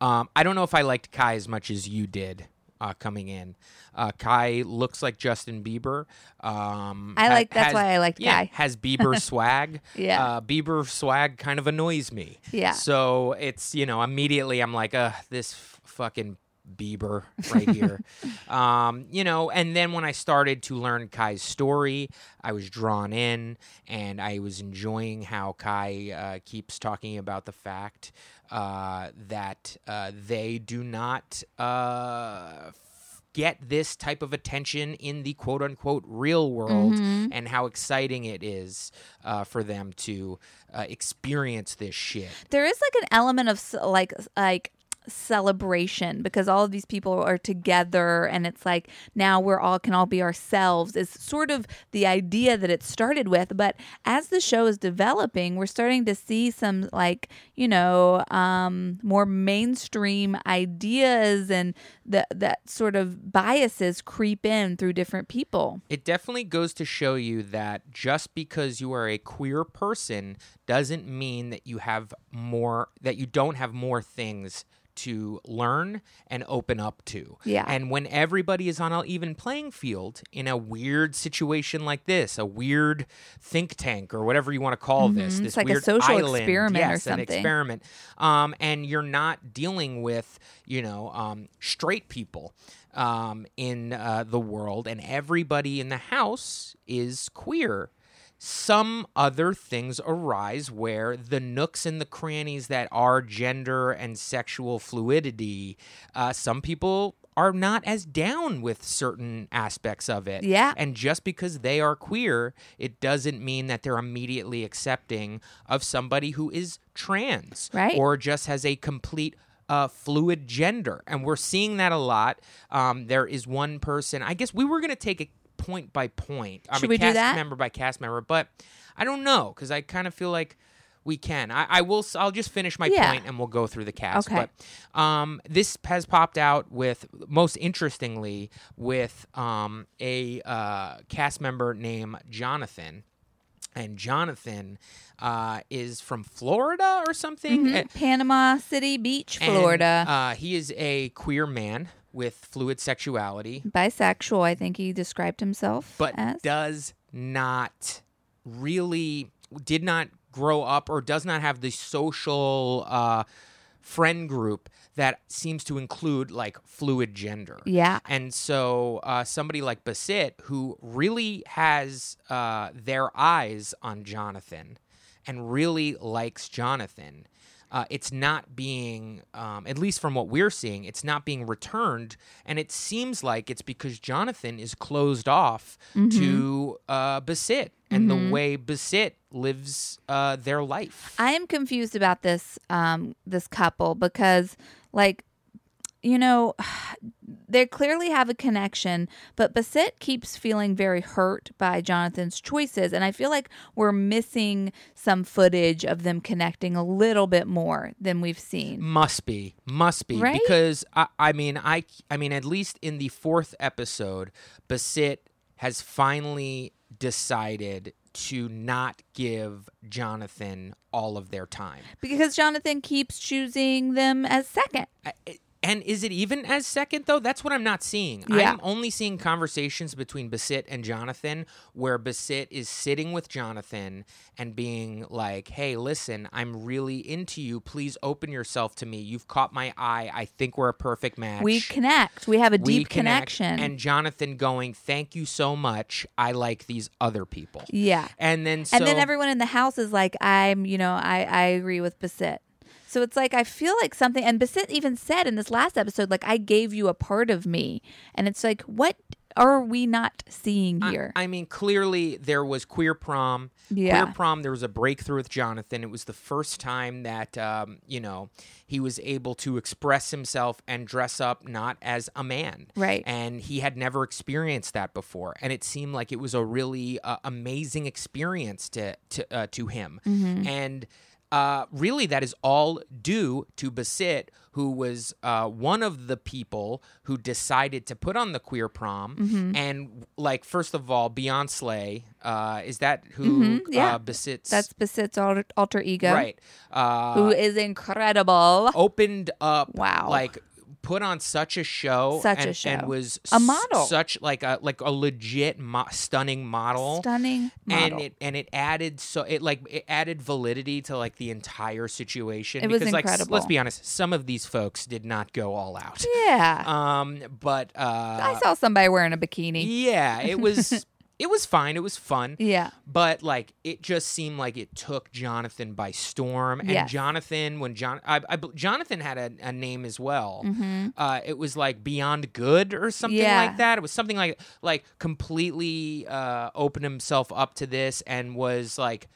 Speaker 1: Um, I don't know if I liked Kai as much as you did. uh, coming in. Uh, Kai looks like Justin Bieber. Um,
Speaker 2: I
Speaker 1: ha-
Speaker 2: like- that's
Speaker 1: has-
Speaker 2: why I liked
Speaker 1: yeah,
Speaker 2: Kai.
Speaker 1: Has Bieber swag.
Speaker 2: Yeah.
Speaker 1: Uh, Bieber swag kind of annoys me.
Speaker 2: Yeah.
Speaker 1: So it's you know immediately I'm like, uh, this f- fucking Bieber right here. um, you know, and then when I started to learn Kai's story, I was drawn in and I was enjoying how Kai uh, keeps talking about the fact uh, that uh, they do not uh, f- get this type of attention in the quote unquote real world and how exciting it is uh, for them to uh, experience this shit.
Speaker 2: there is like an element of ce- like like celebration because all of these people are together and it's like now we're all can all be ourselves is sort of the idea that it started with but as the show is developing we're starting to see some like you know um more mainstream ideas and that that sort of biases creep in through different people
Speaker 1: It definitely goes to show you that just because you are a queer person doesn't mean that you have more that you don't have more things to learn and open up to.
Speaker 2: Yeah.
Speaker 1: And when everybody is on an even playing field in a weird situation like this, a weird think tank or whatever you want to call this, this
Speaker 2: Mm-hmm. like a
Speaker 1: weird
Speaker 2: social
Speaker 1: island,
Speaker 2: experiment or
Speaker 1: yes, an
Speaker 2: something.
Speaker 1: experiment, um, and you're not dealing with you know um, straight people um, in uh, the world, and everybody in the house is queer. Some other things arise where the nooks and the crannies that are gender and sexual fluidity, uh, some people are not as down with certain aspects of it.
Speaker 2: Yeah.
Speaker 1: And just because they are queer, it doesn't mean that they're immediately accepting of somebody who is trans
Speaker 2: Right.
Speaker 1: or just has a complete uh, fluid gender. And we're seeing that a lot. Um, there is one person, I guess we were going to take it point by point. I
Speaker 2: Should
Speaker 1: mean,
Speaker 2: we do
Speaker 1: cast
Speaker 2: that?
Speaker 1: member by cast member, but I don't know because I kind of feel like. We can. I, I will. s- I'll just finish my
Speaker 2: Yeah.
Speaker 1: point and we'll go through the cast.
Speaker 2: Okay.
Speaker 1: But um, this has popped out with most interestingly with um, a uh, cast member named Jonathan, and Jonathan uh, is from Florida or something. Uh,
Speaker 2: Panama City Beach
Speaker 1: and,
Speaker 2: Mm-hmm. Florida
Speaker 1: uh, he is a queer man with fluid sexuality,
Speaker 2: bisexual I think he described himself
Speaker 1: but
Speaker 2: as
Speaker 1: does not really did not grow up or does not have the social uh, friend group that seems to include like fluid gender.
Speaker 2: yeah
Speaker 1: And so uh, somebody like Bassett, who really has uh, their eyes on Jonathan and really likes Jonathan, uh, it's not being, um, at least from what we're seeing, it's not being returned. And it seems like it's because Jonathan is closed off to uh, Bassett and the way Bassett lives uh, their life.
Speaker 2: I am confused about this um this couple because like you know they clearly have a connection, but Bassett keeps feeling very hurt by Jonathan's choices and I feel like we're missing some footage of them connecting a little bit more than we've seen.
Speaker 1: Must be, must be,
Speaker 2: Right?
Speaker 1: because I, I mean, I, I mean, at least in the fourth episode, Bassett has finally decided to not give Jonathan all of their time.
Speaker 2: Because Jonathan keeps choosing them as second.
Speaker 1: I- And is it even as second though? That's what I'm not seeing.
Speaker 2: Yeah.
Speaker 1: I'm only seeing conversations between Bassett and Jonathan where Bassett is sitting with Jonathan and being like, "Hey, listen, I'm really into you. Please open yourself to me. You've caught my eye. I think we're a perfect match."
Speaker 2: We connect. We have a
Speaker 1: We
Speaker 2: deep
Speaker 1: connect."
Speaker 2: connection.
Speaker 1: And Jonathan going, "Thank you so much. I like these other people."
Speaker 2: yeah.
Speaker 1: And then so
Speaker 2: and then everyone in the house is like, I'm, you know, I, I agree with Bassett. So it's like I feel like something and Bassett even said in this last episode, like, I gave you a part of me. And it's like, what are we not seeing here?
Speaker 1: I mean, clearly there was queer prom.
Speaker 2: Yeah.
Speaker 1: Queer prom. There was a breakthrough with Jonathan. It was the first time that um, you know he was able to express himself and dress up not as a man.
Speaker 2: Right.
Speaker 1: And he had never experienced that before, and it seemed like it was a really uh, amazing experience to to uh, to him.
Speaker 2: Mm-hmm.
Speaker 1: And uh, really, that is all due to Bassett, who was uh, one of the people who decided to put on the queer prom.
Speaker 2: Mm-hmm.
Speaker 1: And like, first of all, Beyonce uh, is that who
Speaker 2: Mm-hmm. yeah.
Speaker 1: uh, Bassett's
Speaker 2: That's Bassett's alter, alter ego,
Speaker 1: right? Uh,
Speaker 2: who is incredible.
Speaker 1: opened up
Speaker 2: Wow.
Speaker 1: like put on such a show,
Speaker 2: Such a
Speaker 1: and, and
Speaker 2: show.
Speaker 1: was
Speaker 2: A
Speaker 1: s-
Speaker 2: model.
Speaker 1: such like a like a legit mo- stunning model.
Speaker 2: Stunning model.
Speaker 1: And it and it added so it like it added validity to like the entire situation
Speaker 2: It was
Speaker 1: because like s- let's
Speaker 2: incredible.
Speaker 1: be honest some of these folks did not go all out.
Speaker 2: yeah.
Speaker 1: Um but uh
Speaker 2: I saw somebody wearing a bikini.
Speaker 1: yeah, it was it was fine, it was fun
Speaker 2: Yeah.
Speaker 1: but like it just seemed like it took Jonathan by storm. And
Speaker 2: Yes.
Speaker 1: Jonathan, when John, I, I bel- Jonathan had a, a name as well.
Speaker 2: Mm-hmm.
Speaker 1: Uh, it was like Beyond Good or something
Speaker 2: Yeah.
Speaker 1: like that. It was something like like completely uh, opened himself up to this and was like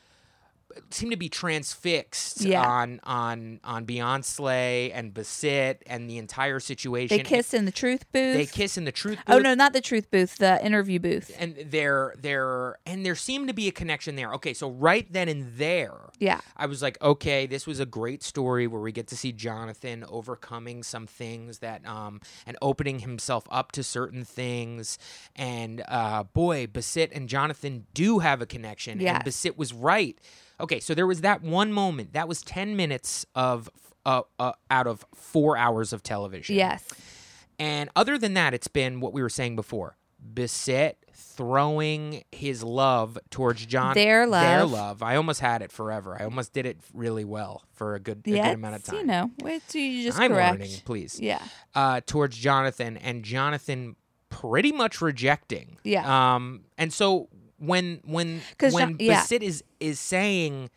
Speaker 1: seemed to be transfixed
Speaker 2: Yeah.
Speaker 1: on on on Beyonce and Basit and the entire situation.
Speaker 2: They kissed in the truth booth.
Speaker 1: They kiss in the truth.
Speaker 2: Oh
Speaker 1: booth
Speaker 2: no, not the truth booth, the interview booth.
Speaker 1: and there there and there seemed to be a connection there okay so right then and there
Speaker 2: Yeah.
Speaker 1: i was like okay this was a great story where we get to see jonathan overcoming some things that um and opening himself up to certain things and uh boy basit and jonathan do have a connection
Speaker 2: Yes.
Speaker 1: and basit was right okay so there was that one moment that was 10 minutes of uh, uh, out of four hours of television
Speaker 2: Yes.
Speaker 1: and other than that, it's been what we were saying before. Bissett throwing his love towards John. Their
Speaker 2: Their love.
Speaker 1: love. I almost had it forever. I almost did it really well for a good, a
Speaker 2: Yes.
Speaker 1: good amount of time.
Speaker 2: You know. Wait till you just
Speaker 1: I'm
Speaker 2: correct.
Speaker 1: learning, please.
Speaker 2: Yeah.
Speaker 1: Uh, towards Jonathan and Jonathan pretty much rejecting.
Speaker 2: Yeah.
Speaker 1: Um, and so when when
Speaker 2: 'Cause
Speaker 1: when
Speaker 2: Jo- yeah.
Speaker 1: Bissett is is saying,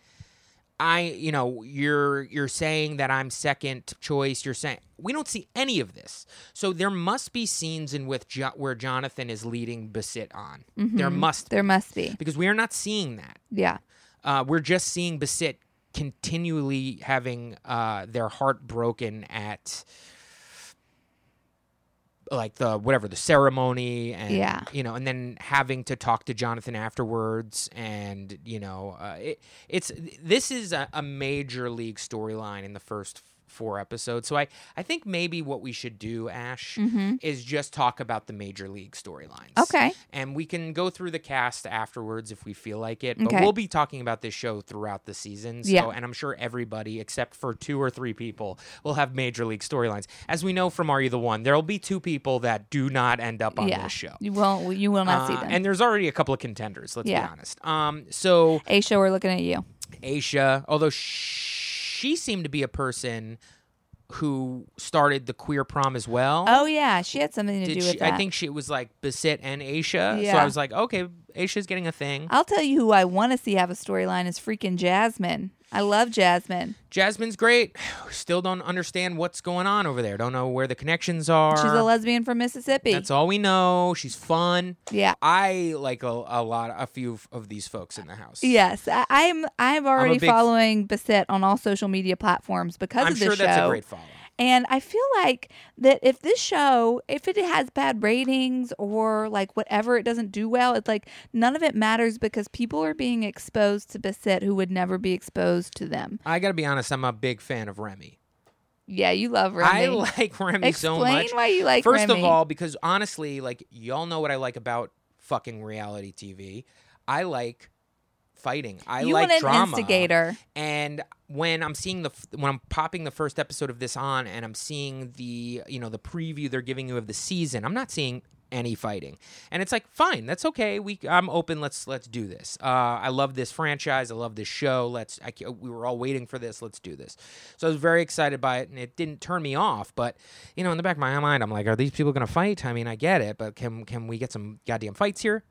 Speaker 1: I you know you're you're saying that I'm second choice. You're saying we don't see any of this. So there must be scenes in with jo- where Jonathan is leading Bissett on. There
Speaker 2: Mm-hmm.
Speaker 1: must
Speaker 2: There must be.
Speaker 1: because we are not seeing that.
Speaker 2: Yeah.
Speaker 1: Uh, we're just seeing Basit continually having uh, their heart broken at like the whatever the ceremony and
Speaker 2: Yeah.
Speaker 1: you know and then having to talk to Jonathan afterwards and you know uh, it, it's this is a, a major league storyline in the first four episodes so I I think maybe what we should do Ash is just talk about the major league storylines
Speaker 2: Mm-hmm. Okay.
Speaker 1: and we can go through the cast afterwards if we feel like it. But
Speaker 2: Okay.
Speaker 1: we'll be talking about this show throughout the season. So,
Speaker 2: Yeah.
Speaker 1: and I'm sure everybody except for two or three people will have major league storylines. As we know from Are You the One, there'll be two people that do not end up on
Speaker 2: yeah.
Speaker 1: this show.
Speaker 2: You won't. You will not see
Speaker 1: Uh,
Speaker 2: them.
Speaker 1: and there's already a couple of contenders, let's
Speaker 2: Yeah.
Speaker 1: be honest. Um, so
Speaker 2: Aisha, we're looking at you.
Speaker 1: Aisha, although she seemed to be a person who started the queer prom as well.
Speaker 2: Oh yeah, she had something to
Speaker 1: Did
Speaker 2: do
Speaker 1: she-
Speaker 2: with that.
Speaker 1: I think she it was like Basit and Aisha. So
Speaker 2: Yeah.
Speaker 1: I was like, okay, Aisha's getting a thing.
Speaker 2: I'll tell you who I want to see have a storyline is freaking Jasmine. I love Jasmine.
Speaker 1: Jasmine's great. Still don't understand what's going on over there. Don't know where the connections are.
Speaker 2: She's a lesbian from Mississippi.
Speaker 1: That's all we know. She's fun.
Speaker 2: Yeah.
Speaker 1: I like a, a lot, a few f- of these folks in the house.
Speaker 2: Yes, I, I'm. I'm already
Speaker 1: big f-
Speaker 2: following Bissett on all social media platforms because
Speaker 1: I'm
Speaker 2: of
Speaker 1: sure
Speaker 2: this show.
Speaker 1: that's a great follow.
Speaker 2: And I feel like that if this show, if it has bad ratings or like whatever, it doesn't do well, it's like none of it matters because people are being exposed to Bissett who would never be exposed to them.
Speaker 1: I gotta be honest. I'm a big fan of Remy.
Speaker 2: Yeah, you love Remy.
Speaker 1: I like Remy
Speaker 2: Explain
Speaker 1: so much.
Speaker 2: why you like
Speaker 1: First
Speaker 2: Remy.
Speaker 1: of all, because honestly, like y'all know what I like about fucking reality TV. I like fighting. I
Speaker 2: you
Speaker 1: like
Speaker 2: want an
Speaker 1: drama.
Speaker 2: instigator.
Speaker 1: and when i'm seeing the f- when i'm popping the first episode of this on and i'm seeing the you know the preview they're giving you of the season i'm not seeing any fighting and it's like fine that's okay we i'm open let's let's do this uh, i love this franchise i love this show let's I, ca- we were all waiting for this let's do this so i was very excited by it and it didn't turn me off but you know in the back of my mind i'm like are these people gonna fight i mean i get it but can can we get some goddamn fights here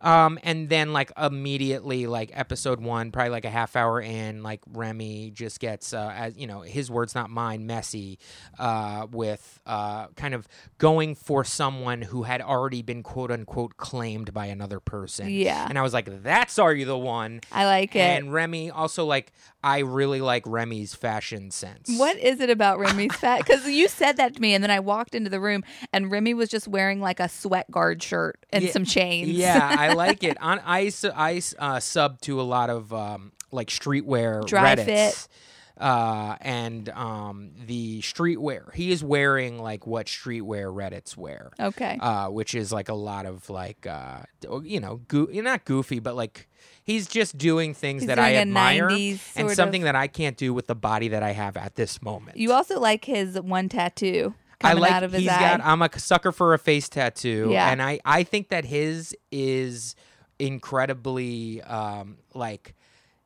Speaker 1: um, and then like immediately, like episode one, probably like a half hour in, like Remy just gets, uh, as you know, his words not mine, messy, uh, with uh, kind of going for someone who had already been quote unquote claimed by another person.
Speaker 2: Yeah.
Speaker 1: and I was like, that's are you the one?
Speaker 2: I like it.
Speaker 1: And Remy also like I really like Remy's fashion sense.
Speaker 2: What is it about Remy's fat? Because you said that to me, and then I walked into the room, and Remy was just wearing like a sweat guard shirt and
Speaker 1: Yeah.
Speaker 2: some chains.
Speaker 1: Yeah, I like it. On I, su- I s- uh, sub to a lot of um, like streetwear
Speaker 2: Dry
Speaker 1: Reddits.
Speaker 2: fit.
Speaker 1: Uh, and um, the streetwear. He is wearing like what streetwear Reddits wear,
Speaker 2: Okay.
Speaker 1: uh, which is like a lot of like uh, d- you know, goo- not goofy, but like he's just doing things
Speaker 2: He's
Speaker 1: that
Speaker 2: doing
Speaker 1: I
Speaker 2: a
Speaker 1: admire
Speaker 2: 90s sort
Speaker 1: and
Speaker 2: of-
Speaker 1: something that I can't do with the body that I have at this moment.
Speaker 2: you also like his one tattoo.
Speaker 1: I
Speaker 2: coming
Speaker 1: like
Speaker 2: out of his
Speaker 1: he's
Speaker 2: eye.
Speaker 1: got I'm a sucker for a face tattoo
Speaker 2: Yeah.
Speaker 1: and I I think that his is incredibly um like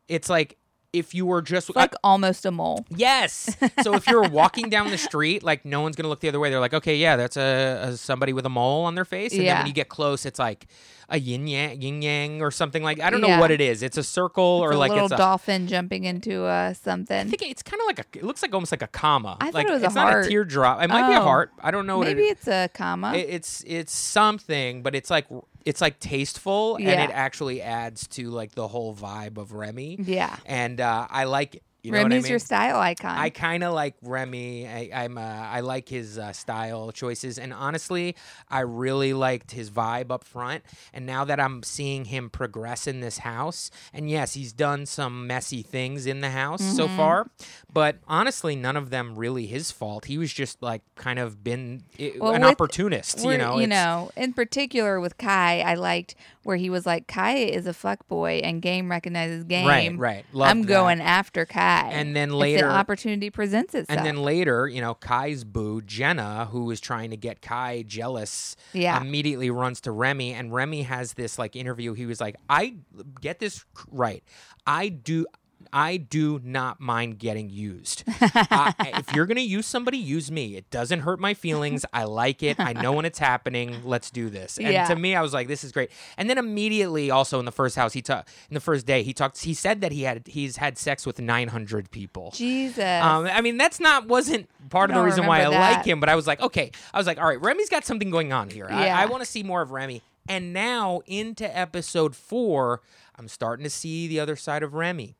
Speaker 1: it's like if you were just uh,
Speaker 2: it's like almost a mole.
Speaker 1: Yes. So if you're walking down the street, like no one's gonna look the other way. They're like, okay, yeah, that's a, a somebody with a mole on their face. And then
Speaker 2: Yeah.
Speaker 1: when you get close, it's like a yin yang, yin yang, or something like. I don't know
Speaker 2: Yeah.
Speaker 1: what it is. It's a circle or
Speaker 2: It's a
Speaker 1: like
Speaker 2: little
Speaker 1: it's. A,
Speaker 2: dolphin jumping into uh,
Speaker 1: I
Speaker 2: something.
Speaker 1: think it's kind of like a. It looks like almost like a comma.
Speaker 2: I thought
Speaker 1: like
Speaker 2: it was a
Speaker 1: it's not
Speaker 2: heart.
Speaker 1: a teardrop. It might be a
Speaker 2: Oh.
Speaker 1: heart. I don't know what
Speaker 2: Maybe
Speaker 1: it is.
Speaker 2: it's a comma.
Speaker 1: It- It's it's something, but it's like it's like tasteful,
Speaker 2: Yeah.
Speaker 1: and it actually adds to like the whole vibe of Remy.
Speaker 2: yeah.
Speaker 1: And uh, I like it. You know what I
Speaker 2: Remy's
Speaker 1: mean?
Speaker 2: your style icon.
Speaker 1: I kind of like Remy. I, I'm uh, I like his uh, style choices, and honestly, I really liked his vibe up front. And now that I'm seeing him progress in this house, and yes, he's done some messy things in the house so
Speaker 2: Mm-hmm.
Speaker 1: far, but honestly, none of them really his fault. He was just like kind of been i
Speaker 2: Well,
Speaker 1: an
Speaker 2: with-
Speaker 1: opportunist,
Speaker 2: We're-
Speaker 1: you know.
Speaker 2: you
Speaker 1: it's-
Speaker 2: know, in particular with Kai, I liked where he was like, Kai is a fuck boy, and game recognizes game.
Speaker 1: right, right. Loved
Speaker 2: I'm
Speaker 1: that.
Speaker 2: going after Kai.
Speaker 1: And then
Speaker 2: If the
Speaker 1: later-
Speaker 2: opportunity presents itself.
Speaker 1: And then later, you know, Kai's boo, Jenna, who is trying to get Kai jealous,
Speaker 2: Yeah.
Speaker 1: immediately runs to Remy. And Remy has this like interview. He was like, I get this right. I do. I do not mind getting used. I, if you're going to use somebody, use me. It doesn't hurt my feelings. I like it. I know when it's happening. Let's do this. And
Speaker 2: Yeah.
Speaker 1: to me, I was like, this is great. And then immediately, also in the first house, he talked in the first day, he talked. He said that he had he's had sex with 900 people.
Speaker 2: Jesus.
Speaker 1: Um, I mean, that's not wasn't part
Speaker 2: I
Speaker 1: of the
Speaker 2: don't
Speaker 1: reason why I
Speaker 2: remember
Speaker 1: like
Speaker 2: that.
Speaker 1: him, but I was like, okay, I was like, all right, Remy's got something going on here.
Speaker 2: Yeah.
Speaker 1: I, I want to see more of Remy. And now into episode four, I'm starting to see the other side of Remy.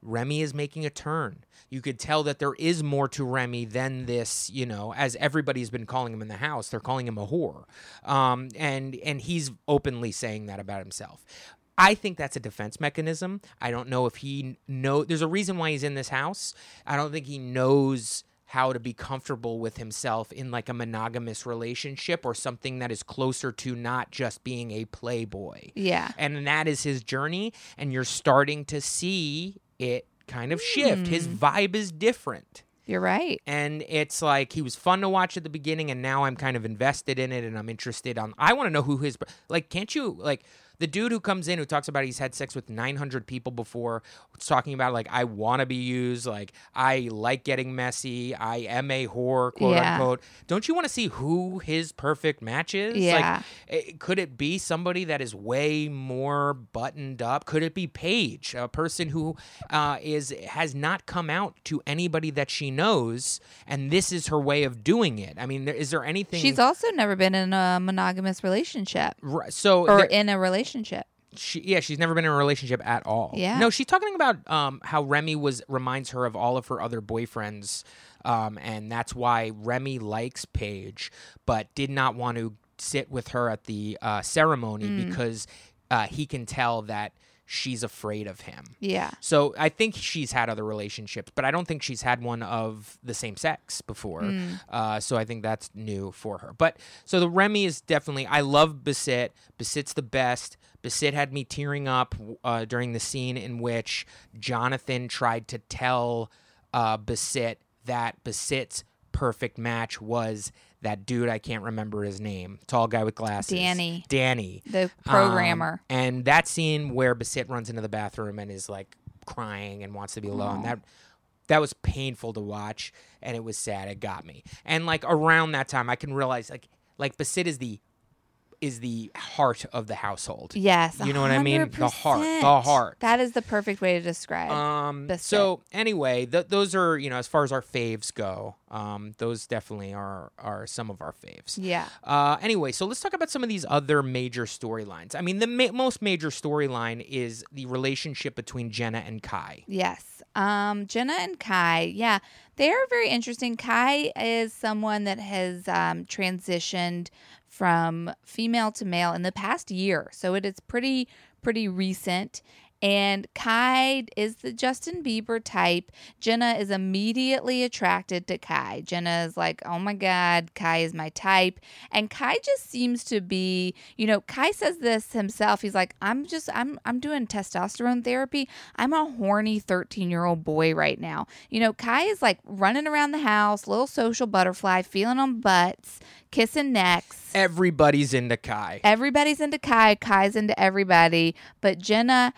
Speaker 1: Remy is making a turn. You could tell that there is more to Remy than this, you know, as everybody's been calling him in the house. They're calling him a whore. Um, and and he's openly saying that about himself. I think that's a defense mechanism. I don't know if he kn- know there's a reason why he's in this house. I don't think he knows how to be comfortable with himself in like a monogamous relationship or something that is closer to not just being a playboy
Speaker 2: yeah.
Speaker 1: and that is his journey and you're starting to see it kind of shift
Speaker 2: Hmm.
Speaker 1: his vibe is different
Speaker 2: You're right.
Speaker 1: and it's like he was fun to watch at the beginning and now i'm kind of invested in it and i'm interested on i want to know who his like can't you like the dude who comes in who talks about he's had sex with 900 people before was talking about like i want to be used like i like getting messy i am a whore quote
Speaker 2: Yeah.
Speaker 1: unquote don't you want to see who his perfect match is
Speaker 2: Yeah.
Speaker 1: like it, Eh, could it be somebody that is way more buttoned up could it be paige a person who uh, is has not come out to anybody that she knows and this is her way of doing it i mean there, is there anything
Speaker 2: She's also never been in a monogamous relationship
Speaker 1: Ri- so
Speaker 2: or
Speaker 1: there-
Speaker 2: in a relationship.
Speaker 1: she yeah she's never been in a relationship at all
Speaker 2: Yeah.
Speaker 1: no she's talking about um how remy was reminds her of all of her other boyfriends um and that's why remy likes paige but did not want to sit with her at the uh ceremony because uh he can tell that she's afraid of him
Speaker 2: Yeah.
Speaker 1: so I think she's had other relationships, but I don't think she's had one of the same sex before.
Speaker 2: Mm.
Speaker 1: Uh, so I think that's new for her. But so the Remy is definitely. I love Basit. Basit's the best. Basit had me tearing up uh, during the scene in which Jonathan tried to tell uh, Basit that Basit's perfect match was that dude I can't remember his name, tall guy with glasses,
Speaker 2: Danny.
Speaker 1: Danny.
Speaker 2: The
Speaker 1: Um,
Speaker 2: programmer.
Speaker 1: and that scene where Basit runs into the bathroom and is like crying and wants to be alone. That that was painful to watch and it was sad. It got me. And like around that time I can realize like like Basit is the is the heart of the household.
Speaker 2: yes.
Speaker 1: You know what I mean? The heart. The
Speaker 2: 100%.
Speaker 1: heart.
Speaker 2: That is the perfect way to describe.
Speaker 1: Um
Speaker 2: Basit.
Speaker 1: so anyway, th- those are, you know, as far as our faves go, um those definitely are are some of our faves.
Speaker 2: yeah.
Speaker 1: Uh, anyway, so let's talk about some of these other major storylines. I mean, the ma- most major storyline is the relationship between Jenna and Kai.
Speaker 2: Yes. Um, Jenna and Kai, yeah, they are very interesting. Kai is someone that has um, transitioned from female to male in the past year. So it is pretty, pretty recent. And Kai is the Justin Bieber type. Jenna is immediately attracted to Kai. Jenna is like, oh my God, Kai is my type. And Kai just seems to be, you know, Kai says this himself. He's like, I'm just, I'm, I'm doing testosterone therapy. I'm a horny 13 year old boy right now. You know, Kai is like running around the house, little social butterfly, feeling on butts, kissing necks.
Speaker 1: Everybody's into Kai.
Speaker 2: Everybody's into Kai, Kai's into everybody, but Jenna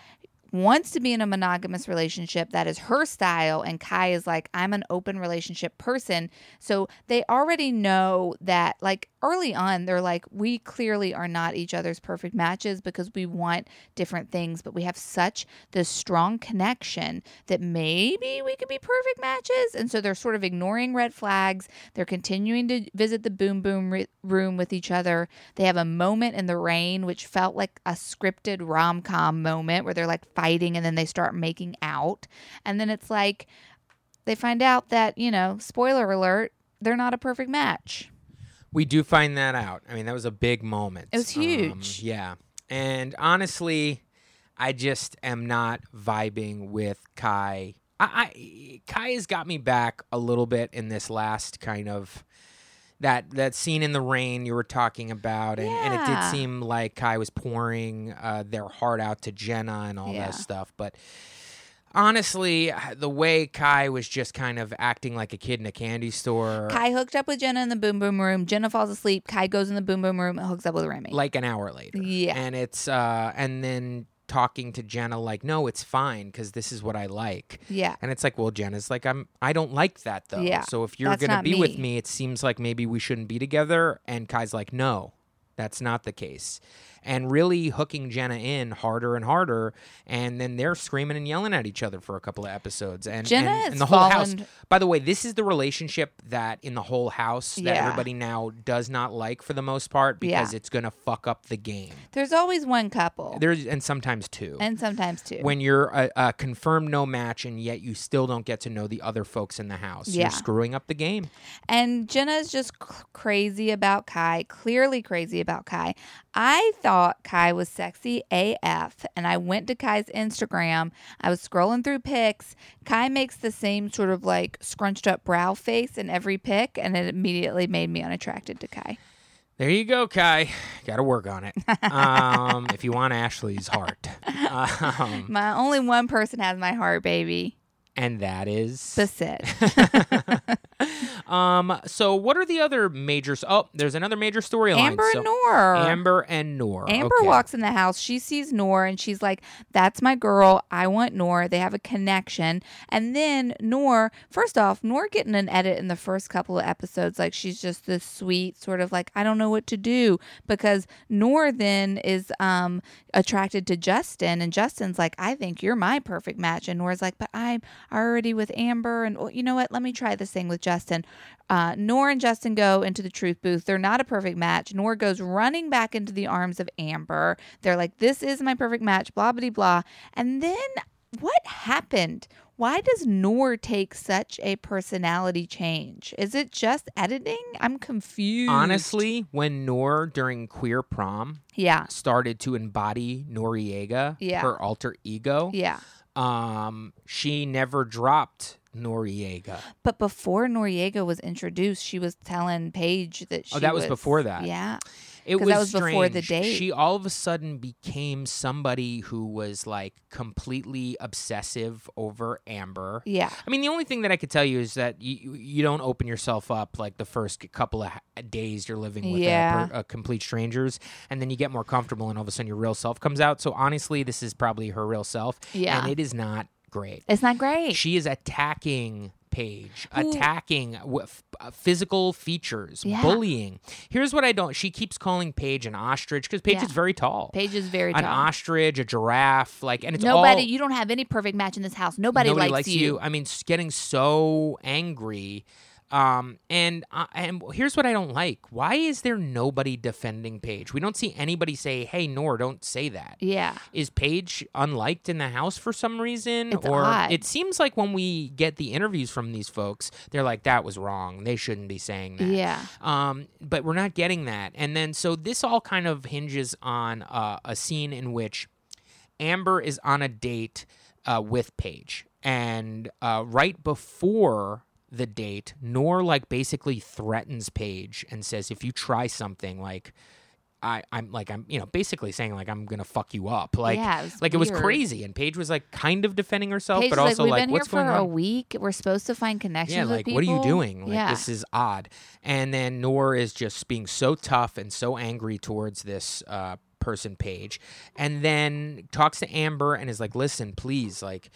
Speaker 2: wants to be in a monogamous relationship. That is her style. And Kai is like, I'm an open relationship person. So they already know that, like, early on, they're like, we clearly are not each other's perfect matches because we want different things, but we have such this strong connection that maybe we could be perfect matches. And so they're sort of ignoring red flags. They're continuing to visit the boom boom re- room with each other. They have a moment in the rain, which felt like a scripted rom com moment where they're like fighting and then they start making out. And then it's like they find out that, you know, spoiler alert, they're not a perfect match.
Speaker 1: We do find that out. I mean, that was a big moment.
Speaker 2: It was
Speaker 1: Um,
Speaker 2: huge.
Speaker 1: yeah. And honestly, I just am not vibing with Kai. I, I Kai has got me back a little bit in this last kind of that that scene in the rain you were talking about, and, and it did
Speaker 2: Yeah.
Speaker 1: seem like Kai was pouring uh, their heart out to Jenna and all
Speaker 2: Yeah.
Speaker 1: that stuff, but. Honestly, the way Kai was just kind of acting like a kid in a candy store,
Speaker 2: Kai hooked up with Jenna in the boom boom room. Jenna falls asleep. Kai goes in the boom boom room and hooks up with Remy.
Speaker 1: like an hour later.
Speaker 2: yeah.
Speaker 1: and it's uh and then talking to jenna like no it's fine because this is what i like
Speaker 2: Yeah.
Speaker 1: and it's like well jenna's like i'm i don't like that though
Speaker 2: Yeah,
Speaker 1: so if you're
Speaker 2: that's
Speaker 1: gonna
Speaker 2: not
Speaker 1: be with
Speaker 2: me.
Speaker 1: me it seems like maybe we shouldn't be together and kai's like no that's not the case and really hooking jenna in harder and harder and then they're screaming and yelling at each other for a couple of episodes and
Speaker 2: Jenna
Speaker 1: and,
Speaker 2: has
Speaker 1: and the whole house
Speaker 2: fallen-
Speaker 1: by the way this is the relationship that in the whole house that
Speaker 2: Yeah.
Speaker 1: everybody now does not like for the most part
Speaker 2: Yeah.
Speaker 1: because it's gonna fuck up the game
Speaker 2: There's always one couple.
Speaker 1: there's and sometimes two.
Speaker 2: and sometimes two.
Speaker 1: when you're a, a confirmed no match and yet you still don't get to know the other folks in the house,
Speaker 2: Yeah.
Speaker 1: you're screwing up the game.
Speaker 2: And Jenna's just c- crazy about Kai, clearly crazy about Kai. I thought Kai was sexy AF, and I went to Kai's Instagram. I was scrolling through pics. Kai makes the same sort of like scrunched up brow face in every pic, and it immediately made me unattracted to Kai.
Speaker 1: There you go, Kai. Got to work on it. Um, if you want Ashley's heart, um,
Speaker 2: My only one person has my heart, baby.
Speaker 1: and that is.
Speaker 2: Basit.
Speaker 1: um. So, what are the other major? s- Oh, there's another major storyline.
Speaker 2: Amber
Speaker 1: so-
Speaker 2: and Noor.
Speaker 1: Amber and Nor.
Speaker 2: Amber
Speaker 1: okay.
Speaker 2: walks in the house. She sees Nor and she's like, That's my girl. I want Nor. They have a connection. And then Nor, first off, Nor getting an edit in the first couple of episodes. Like, she's just this sweet, sort of like, I don't know what to do. Because Nor then is um, attracted to Justin. And Justin's like, I think you're my perfect match. And Nor's like, But I'm already with Amber. And oh, you know what? Let me try this thing with Justin. Uh, Nor and Justin go into the truth booth. They're not a perfect match. Nor goes running back into the arms of Amber. They're like, this is my perfect match, blah, blah, blah. And then what happened? Why does Nor take such a personality change? Is it just editing? I'm confused.
Speaker 1: Honestly, when Nor during queer prom
Speaker 2: Yeah.
Speaker 1: started to embody Noriega,
Speaker 2: Yeah.
Speaker 1: her alter ego,
Speaker 2: Yeah.
Speaker 1: um, she never dropped Noriega.
Speaker 2: But before Noriega was introduced, she was telling Paige that she
Speaker 1: Oh, that was before that.
Speaker 2: Yeah.
Speaker 1: It
Speaker 2: 'Cause
Speaker 1: was,
Speaker 2: that was before the
Speaker 1: strange.
Speaker 2: date.
Speaker 1: She all of a sudden became somebody who was like completely obsessive over Amber.
Speaker 2: Yeah.
Speaker 1: I mean, the only thing that I could tell you is that you you don't open yourself up like the first couple of h- days you're living with
Speaker 2: Yeah.
Speaker 1: a, per- a complete strangers, and then you get more comfortable, and all of a sudden your real self comes out. So honestly, this is probably her real self,
Speaker 2: Yeah.
Speaker 1: and it is not great.
Speaker 2: It's not great.
Speaker 1: She is attacking Paige,
Speaker 2: Who-
Speaker 1: attacking wi- f- uh, physical features,
Speaker 2: Yeah.
Speaker 1: bullying. Here's what I don't. She keeps calling Paige an ostrich because Paige
Speaker 2: Yeah.
Speaker 1: is very tall.
Speaker 2: Paige is very
Speaker 1: an
Speaker 2: tall.
Speaker 1: ostrich, a giraffe, like, and it's
Speaker 2: Nobody,
Speaker 1: all.
Speaker 2: you don't have any perfect match in this house. Nobody,
Speaker 1: nobody
Speaker 2: likes, you.
Speaker 1: I mean, s- getting so angry. Um, and uh, and here's what I don't like. Why is there nobody defending Paige? We don't see anybody say, "Hey, Nor, don't say that."
Speaker 2: Yeah.
Speaker 1: Is Paige unliked in the house for some reason?
Speaker 2: It's
Speaker 1: or
Speaker 2: odd.
Speaker 1: it seems like when we get the interviews from these folks, they're like, that was wrong. They shouldn't be saying that.
Speaker 2: Yeah.
Speaker 1: Um, but we're not getting that. And then so this all kind of hinges on uh, a scene in which Amber is on a date uh, with Paige, and uh, right before the date, Nor like basically threatens Paige and says, "If you try something, like." I, I'm like I'm you know basically saying like I'm gonna fuck you up like
Speaker 3: Yeah, it was
Speaker 1: like it was
Speaker 3: weird.
Speaker 1: crazy and Paige was like kind of defending herself
Speaker 3: Paige
Speaker 1: but
Speaker 3: was like,
Speaker 1: also
Speaker 3: we've
Speaker 1: like
Speaker 3: been
Speaker 1: what's
Speaker 3: here for
Speaker 1: going on
Speaker 3: a week. We're supposed to find connections.
Speaker 1: yeah,
Speaker 3: with
Speaker 1: like what are you
Speaker 3: people."
Speaker 1: doing? Like
Speaker 3: yeah,
Speaker 1: this is odd. And then Nor is just being so tough and so angry towards this uh, person Paige, and then talks to Amber and is like, "Listen, please, like."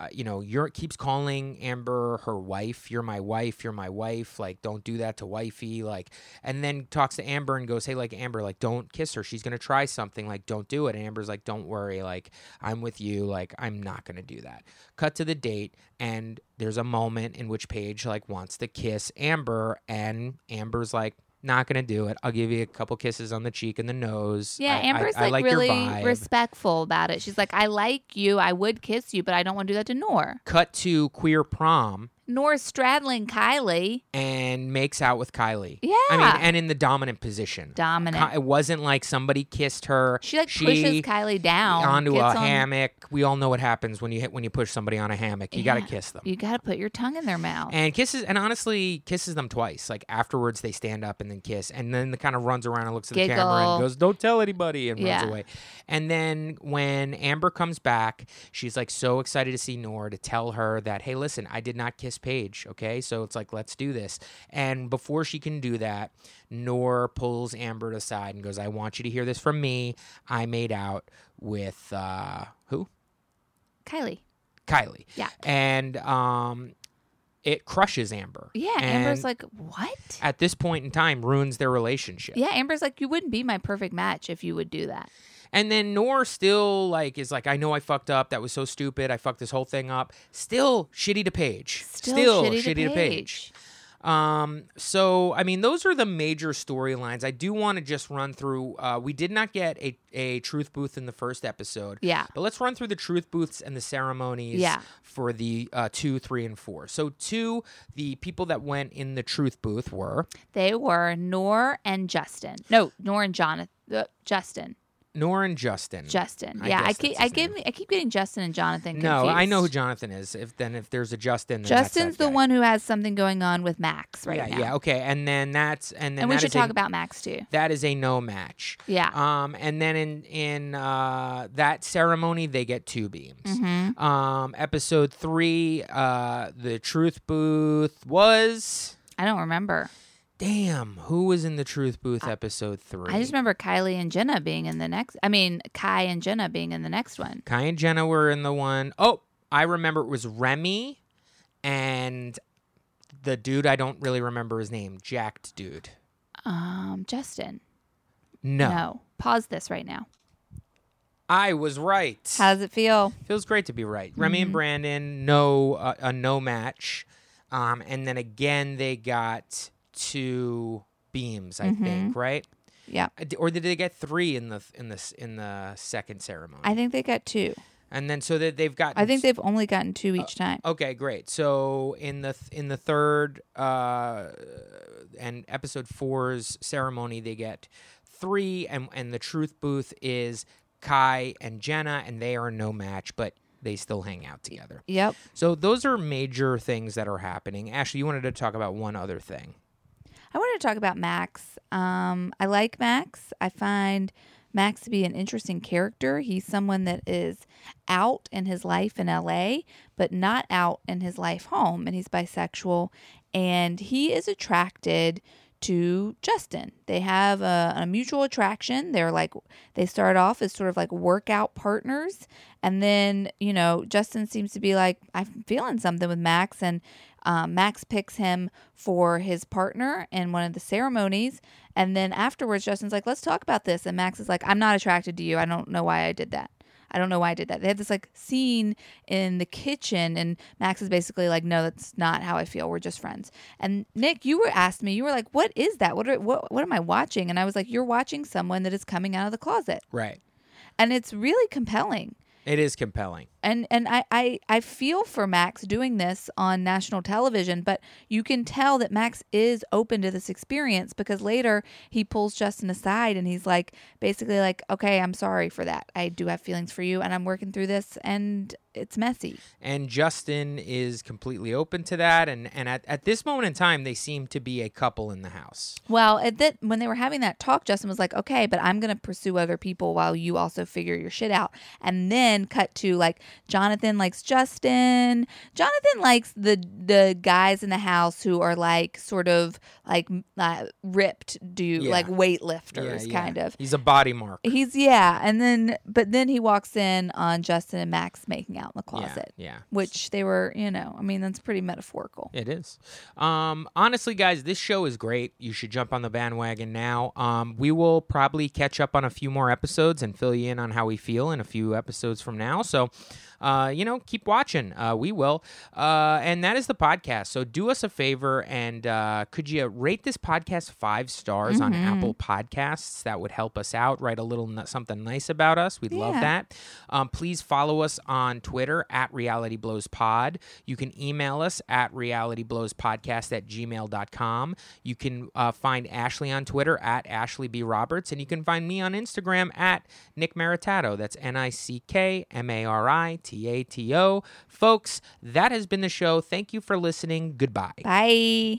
Speaker 1: Uh, you know, you're keeps calling Amber her wife. You're my wife. You're my wife. Like, don't do that to wifey. Like, and then talks to Amber and goes, "Hey, like Amber, like don't kiss her. She's gonna try something. Like, don't do it." And Amber's like, "Don't worry. Like, I'm with you. Like, I'm not gonna do that." Cut to the date, and there's a moment in which Paige like wants to kiss Amber, and Amber's like, "Not gonna do it. I'll give you a couple kisses on the cheek and the nose."
Speaker 3: yeah.
Speaker 1: I- I-
Speaker 3: Amber's
Speaker 1: I
Speaker 3: like,
Speaker 1: your
Speaker 3: really
Speaker 1: vibe."
Speaker 3: respectful about it. She's like, I like you. I would kiss you, but I don't want to do that to Nor.
Speaker 1: Cut to queer prom
Speaker 3: Nor's straddling Kylie.
Speaker 1: and makes out with Kylie.
Speaker 3: Yeah,
Speaker 1: I mean, and in the dominant position.
Speaker 3: dominant.
Speaker 1: Ki- it wasn't like somebody kissed her.
Speaker 3: she like pushes Kylie down
Speaker 1: onto a
Speaker 3: gets on-
Speaker 1: hammock. We all know what happens when you hit when you push somebody on a hammock. You got
Speaker 3: Yeah.
Speaker 1: to kiss them.
Speaker 3: You got to put your tongue in their mouth.
Speaker 1: And kisses, and honestly, kisses them twice. Like afterwards, they stand up and then kiss, and then the kind of runs around and looks at the camera
Speaker 3: Giggle.
Speaker 1: and goes, "Don't tell anybody," and
Speaker 3: Yeah.
Speaker 1: runs away. And then when Amber comes back, she's like so excited to see Nor to tell her that, "Hey, listen, I did not kiss Paige. Okay, so it's like let's do this." And before she can do that, Nor pulls Amber aside and goes, "I want you to hear this from me. I made out with uh, who?
Speaker 3: Kylie.
Speaker 1: Kylie.
Speaker 3: Yeah.
Speaker 1: And um, it crushes Amber.
Speaker 3: Yeah. Amber's
Speaker 1: And
Speaker 3: like, what?
Speaker 1: at this point in time ruins their relationship.
Speaker 3: Yeah. Amber's like, you wouldn't be my perfect match if you would do that.
Speaker 1: And then Nor still like is like, I know I fucked up. That was so stupid. I fucked this whole thing up. Still shitty to Paige.
Speaker 3: Still, shitty, to Paige.
Speaker 1: Um, so I mean, those are the major storylines. I do want to just run through. Uh, we did not get a, a truth booth in the first episode.
Speaker 3: Yeah.
Speaker 1: But let's run through the truth booths and the ceremonies
Speaker 3: Yeah.
Speaker 1: for the uh, two, three, and four. So two, the people that went in the truth booth were
Speaker 3: They were Nor and Justin. No, Nor and Jonathan. Uh, Justin.
Speaker 1: Nor and Justin.
Speaker 3: Justin.
Speaker 1: I
Speaker 3: yeah, I
Speaker 1: guess
Speaker 3: keep
Speaker 1: that's
Speaker 3: I
Speaker 1: his
Speaker 3: give I keep getting Justin and Jonathan confused.
Speaker 1: No, I know who Jonathan is. If then if there's a Justin, then that's that
Speaker 3: Justin's the
Speaker 1: guy.
Speaker 3: one who has something going on with Max right
Speaker 1: yeah,
Speaker 3: now.
Speaker 1: yeah, okay. And then that's and then
Speaker 3: and we
Speaker 1: that
Speaker 3: should
Speaker 1: is a-
Speaker 3: talk about Max too.
Speaker 1: that is a no match.
Speaker 3: Yeah.
Speaker 1: Um, and then in in uh, that ceremony, they get two beams.
Speaker 3: Mhm.
Speaker 1: Um, episode three, uh, the truth booth was.
Speaker 3: I don't remember.
Speaker 1: Damn, who was in the truth booth? episode three.
Speaker 3: I just remember Kylie and Jenna being in the next. I mean, Kai and Jenna being in the next one.
Speaker 1: Kai and Jenna were in the one oh I remember it was Remy, and the dude I don't really remember his name, jacked dude.
Speaker 3: Um, Justin.
Speaker 1: No,
Speaker 3: Pause this right now.
Speaker 1: I was right.
Speaker 2: How does it feel?
Speaker 1: Feels great to be right. Remy
Speaker 2: Mm-hmm.
Speaker 1: and Brandon, no, uh, a no match. Um, and then again, they got two beams, I
Speaker 2: Mm-hmm.
Speaker 1: think, right?
Speaker 2: Yeah.
Speaker 1: Uh, d- Or did they get three in the in the s- in the second ceremony?
Speaker 2: I think they got two.
Speaker 1: and then so that they've got.
Speaker 2: I think they've only gotten two each
Speaker 1: Uh,
Speaker 2: time.
Speaker 1: Okay, great. So in the th- in the third uh, and episode four's ceremony, they get three, and and the truth booth is Kai and Jenna, and they are no match, but they still hang out together.
Speaker 2: Yep.
Speaker 1: So those are major things that are happening. Ashley, you wanted to talk about one other thing.
Speaker 2: I wanted to talk about Max. Um, I like Max. I find Max to be an interesting character. He's someone that is out in his life in LA, but not out in his life home. And he's bisexual. And he is attracted to Justin. They have a, a mutual attraction. They're like, they start off as sort of like workout partners. And then, you know, Justin seems to be like, I'm feeling something with Max. And um, Max picks him for his partner in one of the ceremonies. And then afterwards, Justin's like, let's talk about this. And Max is like, I'm not attracted to you. I don't know why I did that. I don't know why I did that. They have this like scene in the kitchen, and Max is basically like, "No, that's not how I feel. We're just friends." And Nick, you were asked me, you were like, "What is that? What are, what what am I watching?" And I was like, "You're watching someone that is coming out of the closet,"
Speaker 1: Right.
Speaker 2: and it's really compelling.
Speaker 1: It is compelling.
Speaker 2: and and I, I I feel for Max doing this on national television, but you can tell that Max is open to this experience because later he pulls Justin aside and he's like basically like, "Okay, I'm sorry for that. I do have feelings for you and I'm working through this and it's messy."
Speaker 1: And Justin is completely open to that. And, and at, at this moment in time, they seem to be a couple in the house.
Speaker 2: Well, at that when they were having that talk, Justin was like, "Okay, but I'm gonna pursue other people while you also figure your shit out." And then cut to like Jonathan likes Justin. Jonathan likes the the guys in the house who are like sort of like m- uh, ripped dude,
Speaker 1: Yeah.
Speaker 2: like
Speaker 1: Yeah,
Speaker 2: weightlifters
Speaker 1: yeah.
Speaker 2: kind of.
Speaker 1: He's a body mark.
Speaker 2: He's yeah, and then but then he walks in on Justin and Max making out in the closet,
Speaker 1: Yeah. yeah.
Speaker 2: which they were, you know, I mean that's pretty metaphorical.
Speaker 1: It is. Um, honestly, guys, this show is great. You should jump on the bandwagon now. Um, we will probably catch up on a few more episodes and fill you in on how we feel in a few episodes from now. So, uh, you know, keep watching. Uh, we will. Uh, and that is the podcast. So do us a favor and uh, could you rate this podcast five stars on Apple Podcasts? That would help us out. Write a little n- something nice about us. We'd love
Speaker 2: Yeah.
Speaker 1: that that. Um, please follow us on Twitter at Reality Blows Pod. You can email us at realityblowspodcast at gmail.com. You can uh, find Ashley on Twitter at Ashley B. Roberts. And you can find me on Instagram at Nick Maritato. That's N I C K M A R I T A T O. Folks, that has been the show. Thank you for listening. Goodbye.
Speaker 2: Bye.